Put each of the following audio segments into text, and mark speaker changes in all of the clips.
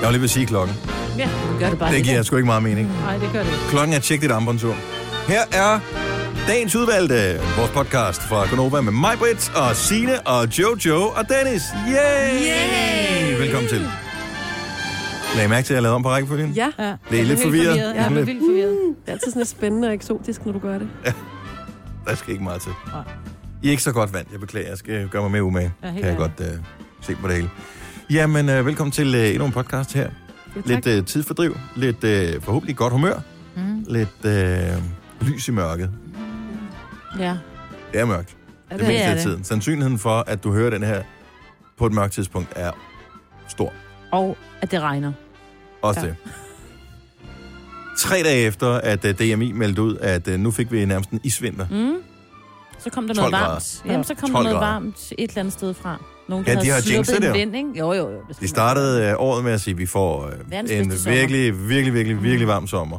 Speaker 1: Jeg var lige ved at sige klokken.
Speaker 2: Ja, det gør det bare.
Speaker 1: Det giver sgu ikke meget mening.
Speaker 2: Nej, det gør det ikke.
Speaker 1: Klokken er tjek dit armbåndsur. Her er dagens udvalgte, vores podcast fra Konova med mig, Britt, og Sine og Jojo og Dennis. Yay!
Speaker 2: Yay!
Speaker 1: Velkommen til. Lagde I mærke til, at jeg lavede om på rækkefølgen?
Speaker 3: Ja.
Speaker 2: Ja.
Speaker 1: Det er lidt forvirret.
Speaker 2: forvirret. Ja, jeg er vildt forvirret.
Speaker 3: Det er altid sådan lidt spændende og eksotisk, når du gør det.
Speaker 1: Der skal ikke meget til.
Speaker 2: Nej.
Speaker 1: I er ikke så godt vant. Jeg beklager. Jeg skal gøre mig mere umage.
Speaker 2: Ja,
Speaker 1: Ja,
Speaker 2: helt
Speaker 1: kan jeg godt
Speaker 2: ærligt.
Speaker 1: øh, se på det hele. Jamen, øh, velkommen til øh, endnu en podcast her.
Speaker 3: Ja, tak.
Speaker 1: Lidt øh, tidsfordriv. Lidt øh, forhåbentlig godt humør.
Speaker 2: Mm.
Speaker 1: Lidt øh, lys i mørket.
Speaker 2: Ja.
Speaker 1: Det er mørkt.
Speaker 2: Ja,
Speaker 1: Det, det meste af tiden. Sandsynligheden for, at du hører den her på et mørkt tidspunkt, er stor.
Speaker 2: Og at det regner.
Speaker 1: Også ja.
Speaker 2: Ja.
Speaker 1: det. Tre dage efter, at øh, DMI meldte ud, at øh, nu fik vi nærmest en isvinter.
Speaker 4: Mm. Så kom der
Speaker 1: 12
Speaker 4: noget
Speaker 1: grader.
Speaker 4: varmt. Jamen, så kom
Speaker 1: 12
Speaker 4: der noget
Speaker 1: grader.
Speaker 4: varmt et eller andet sted fra. Nogen,
Speaker 1: Ja,
Speaker 4: der
Speaker 1: de har
Speaker 4: havde
Speaker 1: jinxet
Speaker 4: sluppet en
Speaker 1: det jo.
Speaker 4: vind, ikke? Jo, jo, jo.
Speaker 1: De startede øh, året med at sige, at vi får øh,
Speaker 4: Verdens
Speaker 1: en
Speaker 4: bedste sommer.
Speaker 1: virkelig, virkelig, virkelig, virkelig varm sommer.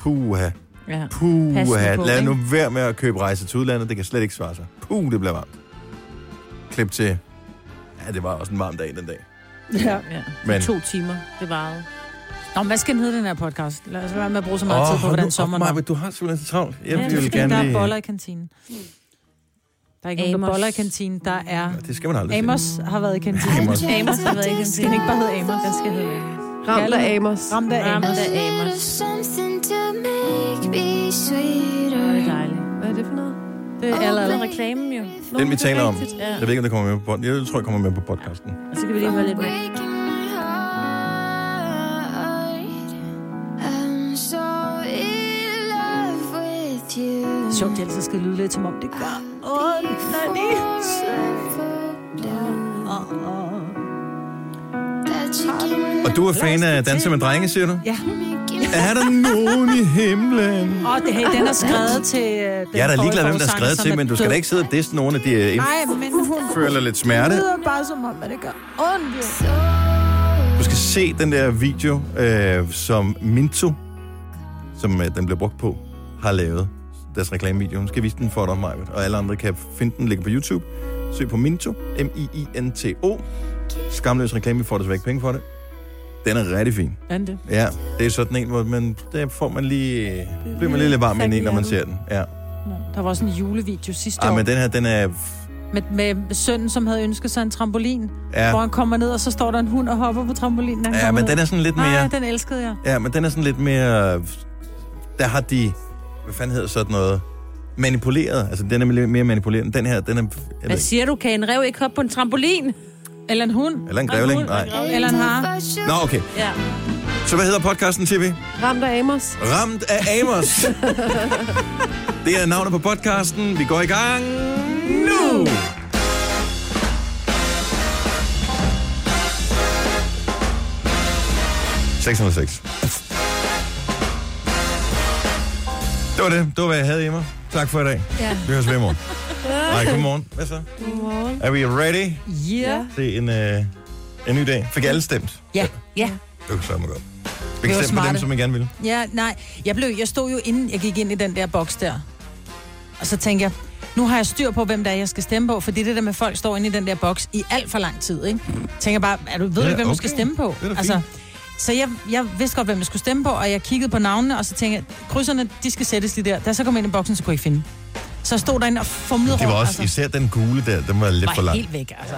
Speaker 1: Puha,
Speaker 4: Ja.
Speaker 1: puha.
Speaker 4: Pas nu på,
Speaker 1: Lad nu
Speaker 4: ikke?
Speaker 1: være med at købe rejser til udlandet. Det kan slet ikke svare sig. Puh, det bliver varmt. Klip til. Ja, det var også en varm dag den dag.
Speaker 3: Ja.
Speaker 4: ja.
Speaker 1: Men-
Speaker 4: Men... To timer, det varede.
Speaker 5: Nå, men hvad skal den hedde, den her podcast? Lad os være med at bruge så meget
Speaker 1: Åh,
Speaker 5: oh, tid på,
Speaker 1: hold nu
Speaker 5: hvordan
Speaker 1: op,
Speaker 5: sommeren er.
Speaker 1: Maja, du har simpelthen så travlt. Jeg
Speaker 5: Ja, det er
Speaker 1: vil
Speaker 5: fordi,
Speaker 1: gerne
Speaker 5: der er
Speaker 1: lige-
Speaker 5: boller i kantinen. Der er ikke nogen, der
Speaker 4: Amos.
Speaker 5: boller i kantinen. Der er...
Speaker 1: Ja, Det skal man aldrig
Speaker 5: Amos har været i kantinen.
Speaker 1: Amos.
Speaker 4: Amos har været ikke
Speaker 5: Skal den ikke bare hedde Amos?
Speaker 4: Den skal hedde.
Speaker 3: Ramt af Amos.
Speaker 5: Ramt af
Speaker 4: Ramt
Speaker 5: Amos.
Speaker 4: af
Speaker 6: Little
Speaker 4: Amos.
Speaker 6: something to make me
Speaker 4: Hvor er
Speaker 6: sweeter.
Speaker 4: det dejligt.
Speaker 3: Hvad er det for noget?
Speaker 5: Det er alle,
Speaker 4: Det
Speaker 5: alle.
Speaker 4: er reklamen jo.
Speaker 1: se. Den vi taler om.
Speaker 4: Ja.
Speaker 1: Jeg ved ikke, om det kommer med på podden. Jeg tror, jeg kommer med på podcasten.
Speaker 4: Og så kan vi lige høre lidt med.
Speaker 6: Breaking my heart. I'm so in love with you.
Speaker 5: Sjovt, jeg altid skal lyde lidt, som om det gør.
Speaker 1: Og du er fan af Danser med drenge, siger du?
Speaker 5: Ja.
Speaker 1: Er der nogen i himlen?
Speaker 5: Åh, oh, det her, den er skrevet til... øh, Den
Speaker 1: Jeg er da ligeglad,
Speaker 5: forrige
Speaker 1: hvem der er
Speaker 5: forsanger,
Speaker 1: skrevet
Speaker 5: som
Speaker 1: til, men du skal da
Speaker 5: død.
Speaker 1: ikke sidde og disse nogen af de øh,
Speaker 5: Nej, men hun
Speaker 1: føler lidt smerte.
Speaker 5: lyder bare som om, at det gør ondt. jo.
Speaker 1: Du skal se den der video, øh, som Minto, som øh, den blev brugt på, har lavet. Deres reklamevideo. Nu skal jeg vise den for dig, Majbet. Og alle andre kan finde den, ligger på YouTube. Søg på Minto, M-I-I-N-T-O. Skamløs reklame, vi får desværre ikke penge for det. Den er rigtig fin.
Speaker 2: Er den det?
Speaker 1: Ja, det er sådan en, hvor man, der får man lige, øh, bliver man lige lidt varm ind i, når man ser den. Ja.
Speaker 5: Der var også en julevideo sidste
Speaker 1: Ej,
Speaker 5: år.
Speaker 1: men den her, den er...
Speaker 5: Med, med sønnen, som havde ønsket sig en trampolin.
Speaker 1: Ja,
Speaker 5: Hvor han kommer ned, og så står der en hund og hopper på trampolinen. når Han
Speaker 1: ja
Speaker 5: kommer
Speaker 1: men
Speaker 5: ned.
Speaker 1: den er sådan lidt mere...
Speaker 5: Nej, den elskede jeg.
Speaker 1: Ja, men den er sådan lidt mere... Der har de... Hvad fanden hedder sådan noget? Manipuleret. Altså, den er lidt mere manipuleret. Den her, den er... Jeg ved
Speaker 4: Hvad
Speaker 1: ikke.
Speaker 4: siger du? Kan en rev ikke hoppe på en trampolin?
Speaker 5: Eller en hund.
Speaker 1: Eller en grævling?
Speaker 4: hund,
Speaker 1: Nej.
Speaker 4: en grævling.
Speaker 5: Eller en har.
Speaker 1: Nå, okay.
Speaker 4: Ja.
Speaker 1: Så hvad hedder podcasten, TV?
Speaker 3: Ramt af Amos.
Speaker 1: Ramt af Amos. det er navnet på podcasten. Vi går i gang nu! ...606. Det var det. Det var, hvad jeg havde i mig. Tak for i dag.
Speaker 4: Ja.
Speaker 1: Vi høres ved i morgen. Nej, godmorgen. Hvad så? Godmorgen. Er vi ready?
Speaker 5: Yeah.
Speaker 1: Det er en, øh, en ny dag. Fik alle stemt?
Speaker 5: Ja.
Speaker 4: Ja.
Speaker 1: Det var så meget godt.
Speaker 5: Vi
Speaker 1: Fik stemt
Speaker 5: var
Speaker 1: på dem,
Speaker 5: smarte.
Speaker 1: som jeg gerne ville.
Speaker 5: Ja, nej. Jeg, blev, jeg stod jo inden, jeg gik ind i den der boks der. Og så tænkte jeg, nu har jeg styr på, hvem der er, jeg skal stemme på. Fordi det der med, at folk står inde i den der boks i alt for lang tid, ikke? Tænker bare, er du, ved
Speaker 1: Ja,
Speaker 5: du ikke, hvem du
Speaker 1: okay.
Speaker 5: skal stemme på? Altså,
Speaker 1: Det er da
Speaker 5: så jeg, jeg vidste godt, hvem jeg skulle stemme på, og jeg kiggede på navnene, og så tænkte jeg, krydserne, de skal sættes lige der. Da jeg så kom ind i boksen, så kunne jeg ikke finde. dem. Så jeg stod derinde og fumlede
Speaker 1: Det var
Speaker 5: rundt,
Speaker 1: også især den gule der, den var lidt for
Speaker 5: var
Speaker 1: lang.
Speaker 5: Altså. helt væk, altså.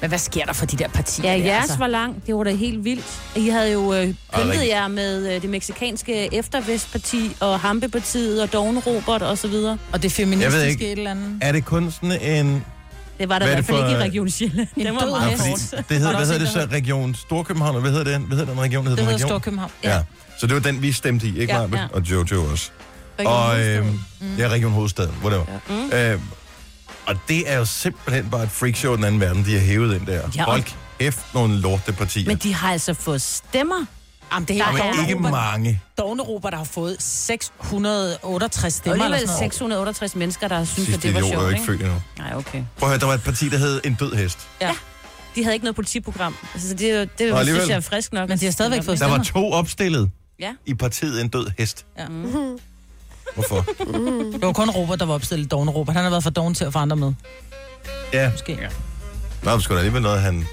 Speaker 5: Men hvad sker der for de der partier?
Speaker 4: Ja,
Speaker 5: der,
Speaker 4: jeres
Speaker 5: altså?
Speaker 4: var lang. Det var da helt vildt. I havde jo øh, pyntet
Speaker 1: rigtigt.
Speaker 4: jer med øh, det meksikanske eftervestparti og Hampepartiet og Dogne Robert og så videre.
Speaker 5: Og det
Speaker 1: Jeg ved
Speaker 5: feministiske
Speaker 1: ikke.
Speaker 5: et eller andet.
Speaker 1: Er det kun sådan en...
Speaker 4: Det var der i
Speaker 1: Hvad er
Speaker 4: hvert
Speaker 1: det
Speaker 4: fald
Speaker 1: for,
Speaker 4: ikke i
Speaker 1: øh,
Speaker 4: Region Sjælland.
Speaker 5: en
Speaker 4: Den var
Speaker 5: død
Speaker 1: Nej,
Speaker 4: meget
Speaker 5: hest?
Speaker 1: fordi det
Speaker 4: hårdt.
Speaker 5: Var
Speaker 1: hedder,
Speaker 5: der
Speaker 1: hvad
Speaker 5: også
Speaker 1: hedder det
Speaker 5: en, der
Speaker 1: så? Region Storkøbenhavn, og hvad hedder den, hvad hedder den region? der
Speaker 5: Det
Speaker 1: Hedder den
Speaker 5: hedder
Speaker 1: region?
Speaker 5: Storkøbenhavn.
Speaker 1: Ja. ja. Så det var den, vi stemte i, ikke
Speaker 5: Ja,
Speaker 1: ja, ja.
Speaker 4: ja. Mm.
Speaker 1: Og Jojo også. Og øh, ja, Region Hovedstaden, whatever. Ja. Øh, og det er jo simpelthen bare et freakshow i den anden verden, de har hævet ind der.
Speaker 4: Ja,
Speaker 1: Ja.
Speaker 4: og-
Speaker 1: Folk, kæft nogle lortepartier.
Speaker 4: Men
Speaker 1: Men,
Speaker 4: de har altså fået stemmer.
Speaker 5: Jamen, det er
Speaker 4: Der
Speaker 5: helt
Speaker 4: er
Speaker 5: Dogne
Speaker 1: ikke
Speaker 5: Robert.
Speaker 1: mange.
Speaker 5: Dogne Robert har fået 668
Speaker 4: Og
Speaker 5: stemmer. Eller
Speaker 4: alligevel
Speaker 5: sådan noget.
Speaker 4: 668 mennesker, der synes, at
Speaker 1: Sidste
Speaker 4: det var
Speaker 1: idiot er jo
Speaker 4: sjovt,
Speaker 1: ikke
Speaker 4: ikke?
Speaker 1: født endnu.
Speaker 4: Nej, okay.
Speaker 1: Prøv at høre, der var et parti, der hed En Død Hest.
Speaker 4: De havde ikke noget politiprogram. Altså, så det, er jo- det,
Speaker 1: Nå,
Speaker 4: det
Speaker 1: alligevel.
Speaker 4: synes jeg er frisk nok.
Speaker 5: Men de har stadigvæk fået
Speaker 1: Der var
Speaker 5: stemmer.
Speaker 1: to opstillet
Speaker 4: Ja.
Speaker 1: i partiet En Død Hest.
Speaker 5: Ja.
Speaker 4: Mm.
Speaker 1: Hvorfor?
Speaker 5: Det var kun Robert, der var opstillet Dogne Robert. Han har været for doven til at få andre med,
Speaker 1: Ja,
Speaker 5: måske. Ja.
Speaker 1: Nå, men sgu da alligevel noget, han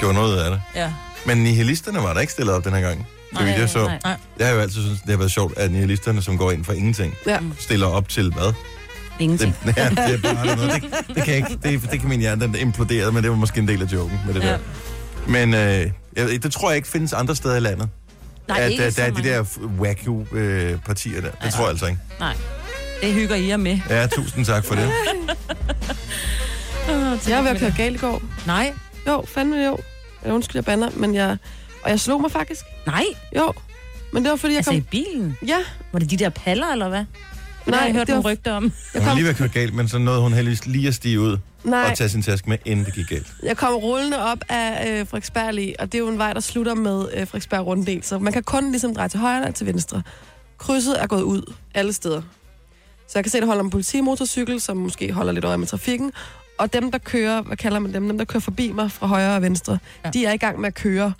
Speaker 1: gjorde noget af det.
Speaker 5: ja.
Speaker 1: Men nihilisterne var der ikke stillet op den her gang. Så vidt jeg så.
Speaker 4: nej.
Speaker 5: Nej.
Speaker 1: Jeg har jo altid syntes, det har været sjovt, at nihilisterne, som går ind for ingenting,
Speaker 3: Ja.
Speaker 1: stiller op til hvad?
Speaker 4: Ingenting.
Speaker 1: Det, ja, det er bare noget. Det, det, kan jeg ikke, det, det kan min hjerne, den imploderede, men det var måske en del af joken med det ja. der. Men øh, jeg, det tror jeg ikke findes andre steder i landet.
Speaker 4: Nej,
Speaker 1: at
Speaker 4: ikke
Speaker 1: der,
Speaker 4: så
Speaker 1: der er de
Speaker 4: mange.
Speaker 1: der f- wacko øh, partier der. Det tror jeg altså ikke.
Speaker 4: Nej, det hygger I jer med.
Speaker 1: Ja, tusind tak for det.
Speaker 3: Jeg har været kørt galt i går.
Speaker 5: Nej.
Speaker 3: Jo, fandme jo. Eller undskyld, jeg bander, men jeg... Og jeg slog mig faktisk.
Speaker 4: Nej,
Speaker 3: Jo. Men det var fordi, jeg
Speaker 4: altså
Speaker 3: kom...
Speaker 4: i bilen.
Speaker 3: Ja,
Speaker 4: Var det de der paller, eller hvad? Nej,
Speaker 3: nej,
Speaker 4: jeg hørt
Speaker 3: det
Speaker 4: nogle
Speaker 3: var...
Speaker 4: rygter om.
Speaker 1: Hun var lige ved at køre galt, men så nåede hun heldigvis lige at stige ud Nej.
Speaker 3: Nej,
Speaker 1: og tage sin taske med, inden det gik galt.
Speaker 3: jeg kom rullende op af øh, Frederiksberg lige, og det er jo en vej, der slutter med øh, Frederiksberg runddel, så man kan kun ligesom dreje til højre eller til venstre. Krydset er gået ud alle steder. Så jeg kan se, der holder en politimotorcykel, som måske holder lidt øje med trafikken, og dem, der kører, hvad kalder man dem, dem, der kører forbi mig fra højre og venstre, ja. de er i gang med at køre.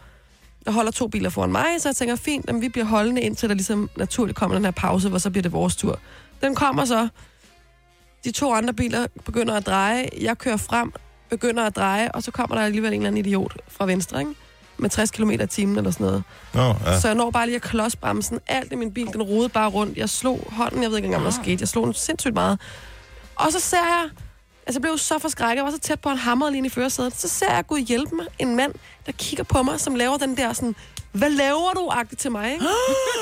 Speaker 3: Der holder to biler foran mig, så jeg tænker, fint, jamen, vi bliver holdende, indtil der ligesom naturligt kommer den her pause, hvor så bliver det vores tur. Den kommer så. De to andre biler begynder at dreje. Jeg kører frem, begynder at dreje, og så kommer der alligevel en eller anden idiot fra venstre, ikke? med 60 km i timen eller sådan noget.
Speaker 1: Nå, ja.
Speaker 3: Ja. Så jeg når bare lige at klods bremsen. Alt i min bil, den rodede bare rundt. Jeg slog hånden, jeg ved ikke engang, hvad der skete. Jeg slog den sindssygt meget. Og så ser jeg, altså jeg blev så forskrækket, jeg var så tæt på en hammer lige inde i førersædet. Så ser jeg, Gud hjælpe mig, en mand, der kigger på mig, som laver den der sådan, hvad laver du agtigt til mig? Ikke?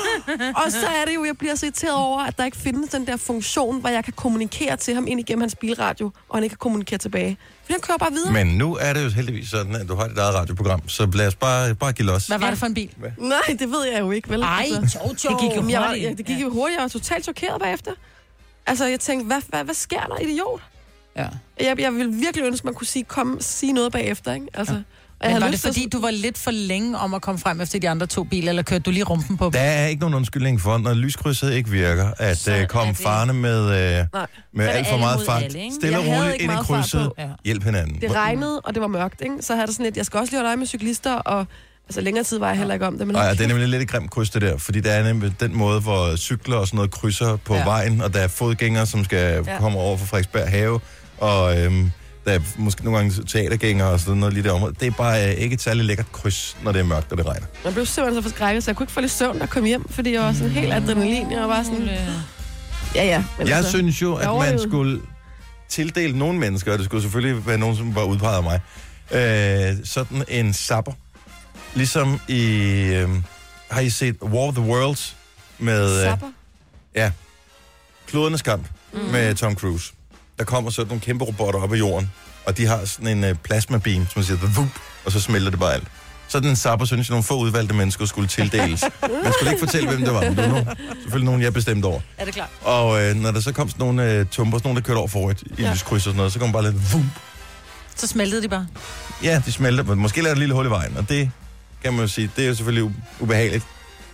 Speaker 3: og så er det jo, jeg bliver så irriteret over, at der ikke findes den der funktion, hvor jeg kan kommunikere til ham ind igennem hans bilradio, og han ikke kan kommunikere tilbage. For han kører bare videre.
Speaker 1: Men nu er det jo heldigvis sådan, at du har dit eget radioprogram, så lad os bare, bare give los.
Speaker 5: Hvad var det for en bil?
Speaker 3: Nej, det ved jeg jo ikke, vel?
Speaker 5: Ej,
Speaker 3: Altså.
Speaker 5: tjo, tjo. Det gik jo
Speaker 3: Jamen, jeg var, jeg, det gik jo hurtigt. Jeg var totalt chokeret bagefter. Altså, jeg tænkte, hvad, hvad, hvad sker der, idiot?
Speaker 5: Ja.
Speaker 3: Jeg, jeg ville virkelig ønske, man kunne sige, kom, sige noget bagefter, ikke? Altså, ja. og jeg
Speaker 5: Men
Speaker 3: havde
Speaker 5: var det
Speaker 3: lyst til at-
Speaker 5: fordi, du var lidt for længe om at komme frem efter de andre to biler, eller kørte du lige rumpen på dem?
Speaker 1: Der er ikke nogen undskyldning for, når lyskrydset ikke virker, at
Speaker 4: Så
Speaker 1: øh,
Speaker 4: er
Speaker 1: komme
Speaker 4: det-
Speaker 1: farne med, øh,
Speaker 3: Nej,
Speaker 1: med
Speaker 4: det
Speaker 1: alt for
Speaker 4: alle
Speaker 1: meget
Speaker 4: mod
Speaker 1: fart.
Speaker 4: alle, ikke?
Speaker 1: Stille og
Speaker 3: Jeg havde
Speaker 1: roligt
Speaker 3: ikke
Speaker 1: ind i
Speaker 3: meget fart
Speaker 1: krydset.
Speaker 3: på.
Speaker 5: Ja.
Speaker 1: Hjælp hinanden.
Speaker 3: det regnede, og det var mørkt, ikke? Så havde det sådan lidt, jeg skal også lige holde øje med cyklister, og altså, længere tid var jeg heller ikke om det. Men
Speaker 1: Ej, og det er nemlig lidt et grimt kryds, det der, fordi der er nemlig den måde, hvor cykler og sådan noget krydser på ja.
Speaker 5: Ja.
Speaker 1: vejen, og der er fodgængere, som skal ja.
Speaker 3: Ja.
Speaker 1: komme over fra Frederiksberg Have, og øhm, der er måske nogle gange teatergængere og sådan noget lige der område. Det er bare øh, ikke et særlig lækkert kryds, når det er mørkt og det regner.
Speaker 3: jeg blev simpelthen så forskrækket, så jeg kunne ikke få lidt søvn og komme hjem, fordi jeg var sådan helt adrenalin. Jeg var bare sådan, ja ja. Men
Speaker 1: Jeg
Speaker 3: altså,
Speaker 1: synes jo, at
Speaker 3: jeg
Speaker 1: man
Speaker 3: overlevede.
Speaker 1: skulle tildele nogle mennesker, og det skulle selvfølgelig være nogen, som var udpeget af mig, øh, sådan en sapper. Ligesom i... Øh, har I set War of the Worlds med... Øh,
Speaker 3: Zapper.
Speaker 1: Ja. Klodernes kamp mm. med Tom Cruise. Der kommer sådan nogle kæmpe robotter op af jorden, og de har sådan en øh, plasmabeam, som siger, "Vup", og så smelter det bare alt. Sådan en sapper, synes jeg, nogle få udvalgte mennesker skulle tildeles. Man skulle ikke fortælle, hvem det var, men det var nogen, selvfølgelig nogen, jeg bestemte over.
Speaker 5: Er det klart?
Speaker 1: Og øh, når der så kom sådan nogle øh, tumper, sådan nogle, der kørte over for rødt i ja.
Speaker 3: Ja.
Speaker 1: lyskryds og sådan noget, så kom bare lidt vum.
Speaker 5: Så smeltede de bare.
Speaker 1: Ja, de smelter, men måske lader et lille hul i vejen, og det kan man jo sige, det er jo selvfølgelig u- ubehageligt,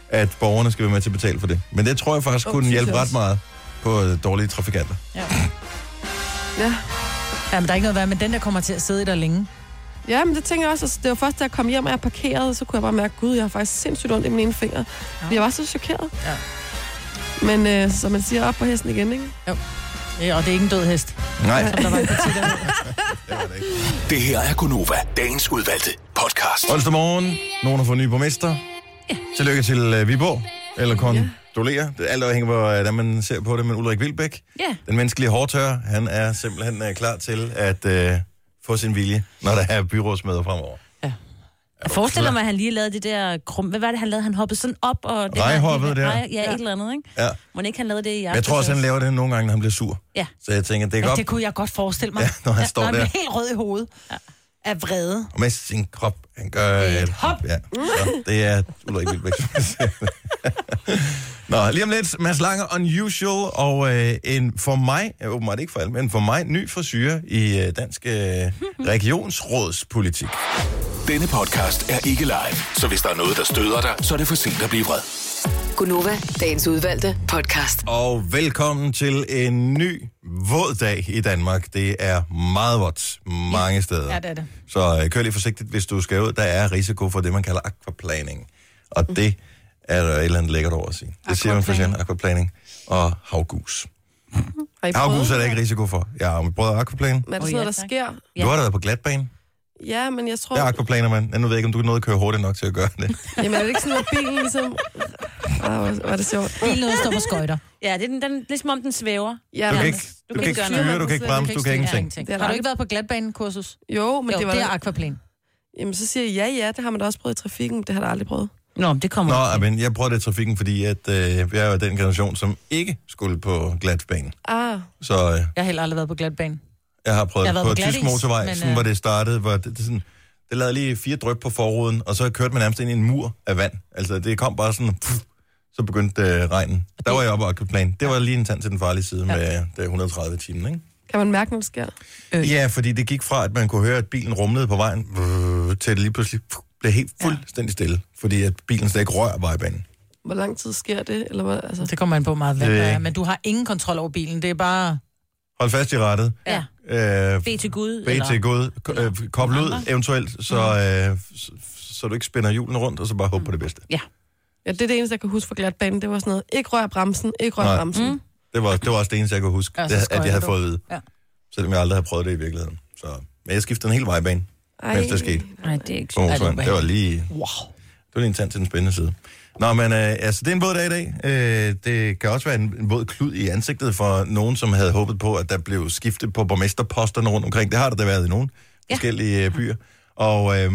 Speaker 1: at borgerne skal være med til at betale for det. Men det tror jeg faktisk
Speaker 3: Åh,
Speaker 1: kunne
Speaker 3: synes
Speaker 1: hjælpe
Speaker 3: jeg
Speaker 1: ret
Speaker 3: også.
Speaker 1: meget på øh, dårlige trafikanter.
Speaker 3: Ja.
Speaker 5: Jamen, der er ikke noget at være, men den der kommer til at sidde i der længe.
Speaker 3: Ja, men det tænker jeg også. Altså, det var først, da jeg kom hjem og jeg parkerede, så kunne jeg bare mærke, gud, jeg har faktisk sindssygt ondt i mine ene finger. Ja. Jeg var så chokeret.
Speaker 5: Ja.
Speaker 3: Men øh, som man siger, op på hesten igen, ikke?
Speaker 5: Ja, og det er ikke en død hest.
Speaker 1: Nej,
Speaker 5: Der var en parti, der
Speaker 1: det var det ikke.
Speaker 7: Det her er Gonova, dagens udvalgte podcast.
Speaker 1: Onsdag morgen, nogen har fået ny borgmester. Tillykke til øh, Viborg, eller kondolerer. Det er alt afhængig af, øh, hvordan man ser på det, men Ulrik Vilbæk,
Speaker 4: Ja.
Speaker 1: den menneskelige hårdtør, han er simpelthen øh, klar til at øh, få sin vilje, når der er byrådsmøder fremover.
Speaker 4: Jeg forestiller mig, at han lige lavede det der krum... Hvad var det, han lavede? Han hoppede sådan op og... Det
Speaker 1: Rejhoppet
Speaker 4: der.
Speaker 1: der.
Speaker 4: Ja, ja, et eller andet, ikke?
Speaker 1: Ja.
Speaker 4: Må ikke han lavede det i aften?
Speaker 1: Men jeg tror også, han laver det nogle gange, når han bliver sur.
Speaker 4: Ja.
Speaker 1: Så jeg tænker, det er
Speaker 5: Ja,
Speaker 1: godt
Speaker 5: det kunne jeg godt forestille mig.
Speaker 1: Ja, når han står
Speaker 5: når
Speaker 1: der.
Speaker 5: Han bliver helt rød i hovedet. Af vrede.
Speaker 1: med sin krop. Han gør et hop. Ja. Så det er Ulrik Vilbæk. som siger det. Nå, lige om lidt, Mads Lange, Unusual, og øh, en for mig, øh, åbenbart ikke for alle, men for mig, ny frisyr i øh, dansk øh, regionsrådspolitik.
Speaker 7: Denne podcast er ikke live, så hvis der er noget, der støder dig, så er det for sent at blive vred.
Speaker 8: Gunova, dagens udvalgte podcast.
Speaker 1: Og velkommen til en ny våd dag i Danmark. Det er meget vådt mange steder.
Speaker 5: Ja, det er det.
Speaker 1: Så øh, kør lige forsigtigt, hvis du skal ud. Der er risiko for det, man kalder aquaplaning. Og
Speaker 3: Mm.
Speaker 1: det er der et eller andet lækkert over at sige. Det siger man for eksempel aquaplaning og havgus.
Speaker 3: Har I prøvet?
Speaker 1: Havgus er der ikke risiko for. Jeg har prøvet aquaplaning.
Speaker 3: Men er det sådan
Speaker 4: Åh, ja,
Speaker 3: noget, der
Speaker 4: tak.
Speaker 3: sker?
Speaker 1: Du har da været på glatbane.
Speaker 3: Ja, men jeg tror...
Speaker 1: Jeg er akvaplaner, mand. Jeg nu ved jeg ikke, om du kan nåede at køre hurtigt nok til at gøre det.
Speaker 3: Jamen er det ikke sådan, at bilen ligesom... Ah, hvor var det sjovt.
Speaker 5: Bilen ude står på skøjter.
Speaker 4: Ja, det er den, den, ligesom om den svæver.
Speaker 3: Ja,
Speaker 1: Du kan
Speaker 3: men-
Speaker 1: ikke, du kan ikke
Speaker 4: gøre
Speaker 3: noget.
Speaker 1: styre, du kan ikke bremse, du kan ingenting.
Speaker 5: Ja,
Speaker 3: Det er
Speaker 5: Har du
Speaker 3: ret.
Speaker 5: ikke været på glatbanekursus?
Speaker 3: Jo, men
Speaker 5: Jo,
Speaker 3: jo, det var...
Speaker 5: det er aquaplan.
Speaker 3: Jamen, så siger jeg, ja, ja, det har man da også prøvet i trafikken. Det har jeg da aldrig prøvet.
Speaker 4: Nå, men det kommer.
Speaker 1: Nå, men jeg prøvede det i trafikken, fordi at, øh, jeg er jo den generation, som ikke skulle på glatbanen.
Speaker 3: Ah,
Speaker 1: Så øh,
Speaker 5: Jeg har heller aldrig været på glatbanen.
Speaker 1: jeg har prøvet
Speaker 5: Jeg har
Speaker 1: jeg
Speaker 5: været
Speaker 1: på,
Speaker 5: på
Speaker 1: på
Speaker 5: glatis,
Speaker 1: tysk motorvej,
Speaker 5: men,
Speaker 1: men, sådan,
Speaker 5: øh,
Speaker 1: hvor det startede. Hvor det, det, sådan, det lavede lige fire dryp på forruden, og så kørte man nærmest ind i en mur af vand. Altså, det kom bare sådan... Pff, så begyndte øh, regnen. Der var jeg oppe og plan. Det var lige en tand til den farlige side med øh, det 130 timen, ikke?
Speaker 3: kan man mærke, når det sker?
Speaker 5: Øh.
Speaker 1: Ja, fordi det gik fra, at man kunne høre, at bilen rumlede på vejen, brrr, til det lige pludselig pff, blev helt fuldstændig stille, fordi at bilen slet ikke rører vejbanen.
Speaker 3: Hvor lang tid sker det? Eller hvad, altså?
Speaker 5: Det kommer man på meget, hvad
Speaker 1: Det ved
Speaker 5: det
Speaker 1: jeg
Speaker 5: er.
Speaker 1: ikke.
Speaker 5: Men du har ingen kontrol over bilen. Det er bare...
Speaker 1: Hold fast i rettet.
Speaker 4: Ja.
Speaker 1: Øh,
Speaker 4: Be til Gud.
Speaker 1: bag til gået, ko- øh, koblet ud eventuelt, så, øh, så, så du ikke spænder hjulene rundt, og så bare håbe på det bedste.
Speaker 3: Ja, det er det eneste, jeg kan huske fra glatbanen. Det var sådan noget, ikke rør bremsen, ikke rør
Speaker 1: Nej.
Speaker 3: bremsen. Mm.
Speaker 1: Det var, det var også det eneste, jeg kunne huske,
Speaker 5: Ja,
Speaker 1: ja,
Speaker 5: så
Speaker 1: det, at
Speaker 5: skøjter
Speaker 1: jeg havde
Speaker 5: du.
Speaker 1: fået at vide.
Speaker 5: Ja.
Speaker 1: Selvom jeg aldrig havde prøvet det i virkeligheden. Så, men jeg skiftede en hel vejbane Mens det skete.
Speaker 4: Nej, det er ikke
Speaker 1: på motorvejen. Det var lige...
Speaker 5: Wow.
Speaker 1: Det var lige en tand til den spændende side. Nå, men øh, altså, det er en våd dag i dag. Øh, det kan også være en, en våd klud i ansigtet for nogen, som havde håbet på, at der blev skiftet på borgmesterposterne rundt omkring. Det har der da været i nogle ja. forskellige øh, byer. Og, øh,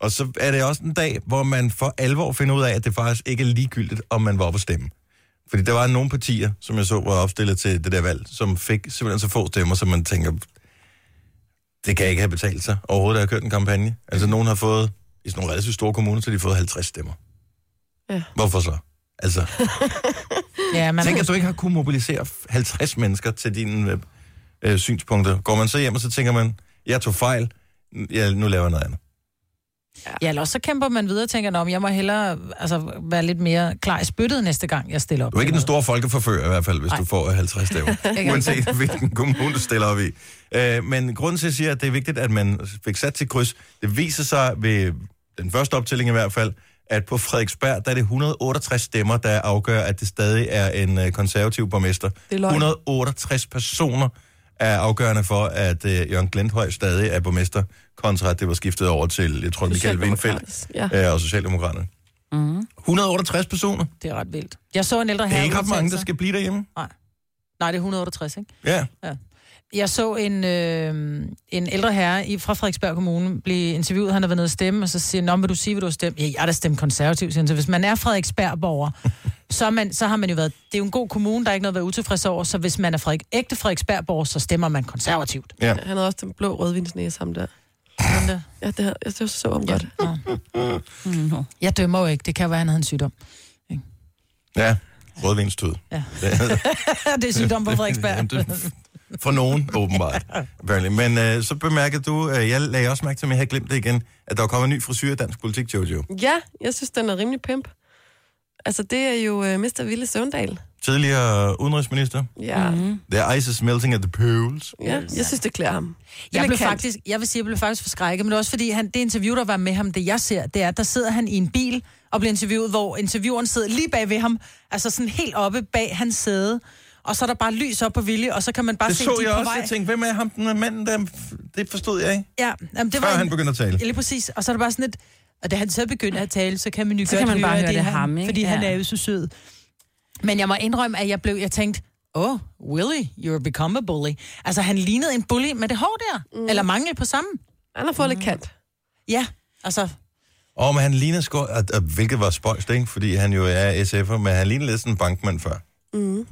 Speaker 1: og så er det også en dag, hvor man for alvor finder ud af, at det faktisk ikke er ligegyldigt, om man var oppe at stemme. Fordi der var nogle partier, som jeg så var opstillet til det der valg, som fik simpelthen så få stemmer, som man tænker, det kan ikke have betalt sig overhovedet, at have kørt en kampagne. Altså, nogen har fået, i sådan nogle relativt store kommuner, så har de fået 50 stemmer.
Speaker 3: Ja.
Speaker 1: Hvorfor så? Altså,
Speaker 5: Ja, man
Speaker 1: tænk, at du ikke har kunnet mobilisere 50 mennesker til dine øh, øh, synspunkter. Går man så hjem, og så tænker man, jeg tog fejl, jeg, nu laver jeg noget andet.
Speaker 5: Ja, eller også så kæmper man videre og tænker, om jeg må hellere altså, være lidt mere klar i spyttet næste gang, jeg stiller op.
Speaker 1: Du er ikke den store folkeforfører i hvert fald, hvis
Speaker 5: Nej.
Speaker 1: du får 50 stemmer.
Speaker 5: ikke.
Speaker 1: Uanset hvilken kommune du stiller op i. Øh, men grunden til, at jeg siger, at det er vigtigt, at man fik sat til kryds, det viser sig ved den første optælling i hvert fald, at på Frederiksberg, der er det 168 stemmer, der afgør, at det stadig er en øh, konservativ borgmester.
Speaker 3: er løgn.
Speaker 1: 168 personer er afgørende for, at øh, Jørgen Glendhøj stadig er borgmester, kontra at det var skiftet over til, jeg tror, Michael Vindfeldt
Speaker 3: Ja.
Speaker 1: øh, og Socialdemokraterne. Mm. 168 personer.
Speaker 5: Det er ret vildt. Jeg så en ældre
Speaker 1: Det
Speaker 5: herre...
Speaker 1: er ikke ret
Speaker 5: udtale
Speaker 1: mange, der
Speaker 5: sig-
Speaker 1: skal blive derhjemme.
Speaker 5: Nej, det er 168, ikke?
Speaker 1: Ja.
Speaker 5: Jeg så en, øh, en ældre herre i, fra Frederiksberg Kommune blive interviewet. Han har været nede og stemme, og så siger han, "Nå, vil du sige, hvad du har stemt? Ja, jeg har da stemt konservativt, siger han. Så hvis man er Frederiksberg-borger, så, er man, så har man jo været... Det er jo en god kommune, der er ikke noget at være utilfreds over, så hvis man er Frederik, ægte Frederiksberg-borger, så stemmer man konservativt.
Speaker 1: ja.
Speaker 3: Han havde også den blå rødvinsnæse, ham der.
Speaker 5: Sådan det.
Speaker 3: Ja, det, havde, jeg synes, jeg så ham godt.
Speaker 4: Mm-hmm.
Speaker 5: Jeg dømmer jo ikke. Det kan være, han havde en sygdom.
Speaker 1: Ja, rødvinstød.
Speaker 5: Ja.
Speaker 1: Det-
Speaker 5: det er sygdom på Frederiksberg.
Speaker 1: Jamen, det- For nogen, åbenbart. Apparently. Men øh, så bemærkede du, øh, jeg lagde også mærke til, at jeg havde glemt det igen, at der var kommet en ny frisyr i dansk politik, Jojo.
Speaker 3: Ja, jeg synes, den er rimelig pimp. Altså, det er jo uh, Mr. Ville Søvndal.
Speaker 1: Tidligere udenrigsminister.
Speaker 3: Ja, mm.
Speaker 1: The ice is melting at the pools.
Speaker 3: ja, jeg synes, det klæder ham.
Speaker 5: Øh, Jeg
Speaker 3: Eller
Speaker 5: blev
Speaker 3: kaldt.
Speaker 5: faktisk, jeg vil sige, jeg blev faktisk forskrækket, men det er også fordi, han, det interview, der var med ham, det jeg ser, det er, at der sidder han i en bil og bliver interviewet, hvor intervieweren sidder lige bag ved ham, altså sådan helt oppe bag hans sæde, og så er der bare lys op på vilje, og så kan man bare
Speaker 1: Det
Speaker 5: se,
Speaker 1: så
Speaker 5: de er
Speaker 1: jeg
Speaker 5: på
Speaker 1: også.
Speaker 5: vej.
Speaker 1: Jeg tænkte, hvem er ham, den er manden der? Det forstod jeg ikke,
Speaker 5: ja, jamen, det var
Speaker 1: før
Speaker 5: en,
Speaker 1: han begyndte at tale.
Speaker 5: ja, lige præcis, og så er der bare sådan et, og da han så begynder at tale, så kan man jo
Speaker 4: Så
Speaker 5: godt
Speaker 4: kan man bare
Speaker 5: høre, at
Speaker 4: høre,
Speaker 5: er
Speaker 4: det er ham, ikke?
Speaker 5: Fordi han
Speaker 4: Ja.
Speaker 5: er jo så sød. Men jeg må indrømme, at jeg blev, jeg tænkte, oh, Willy, you're become a bully. Altså, han lignede en bully med det hår der, mm. eller mangel på samme.
Speaker 3: Han har fået lidt kant.
Speaker 5: Ja, altså,
Speaker 1: Og men han ligner sgu, og, og, hvilket var spøjst, ikke? fordi han jo er SF'er, men han ligner lidt sådan en bankmand før.
Speaker 3: Mm.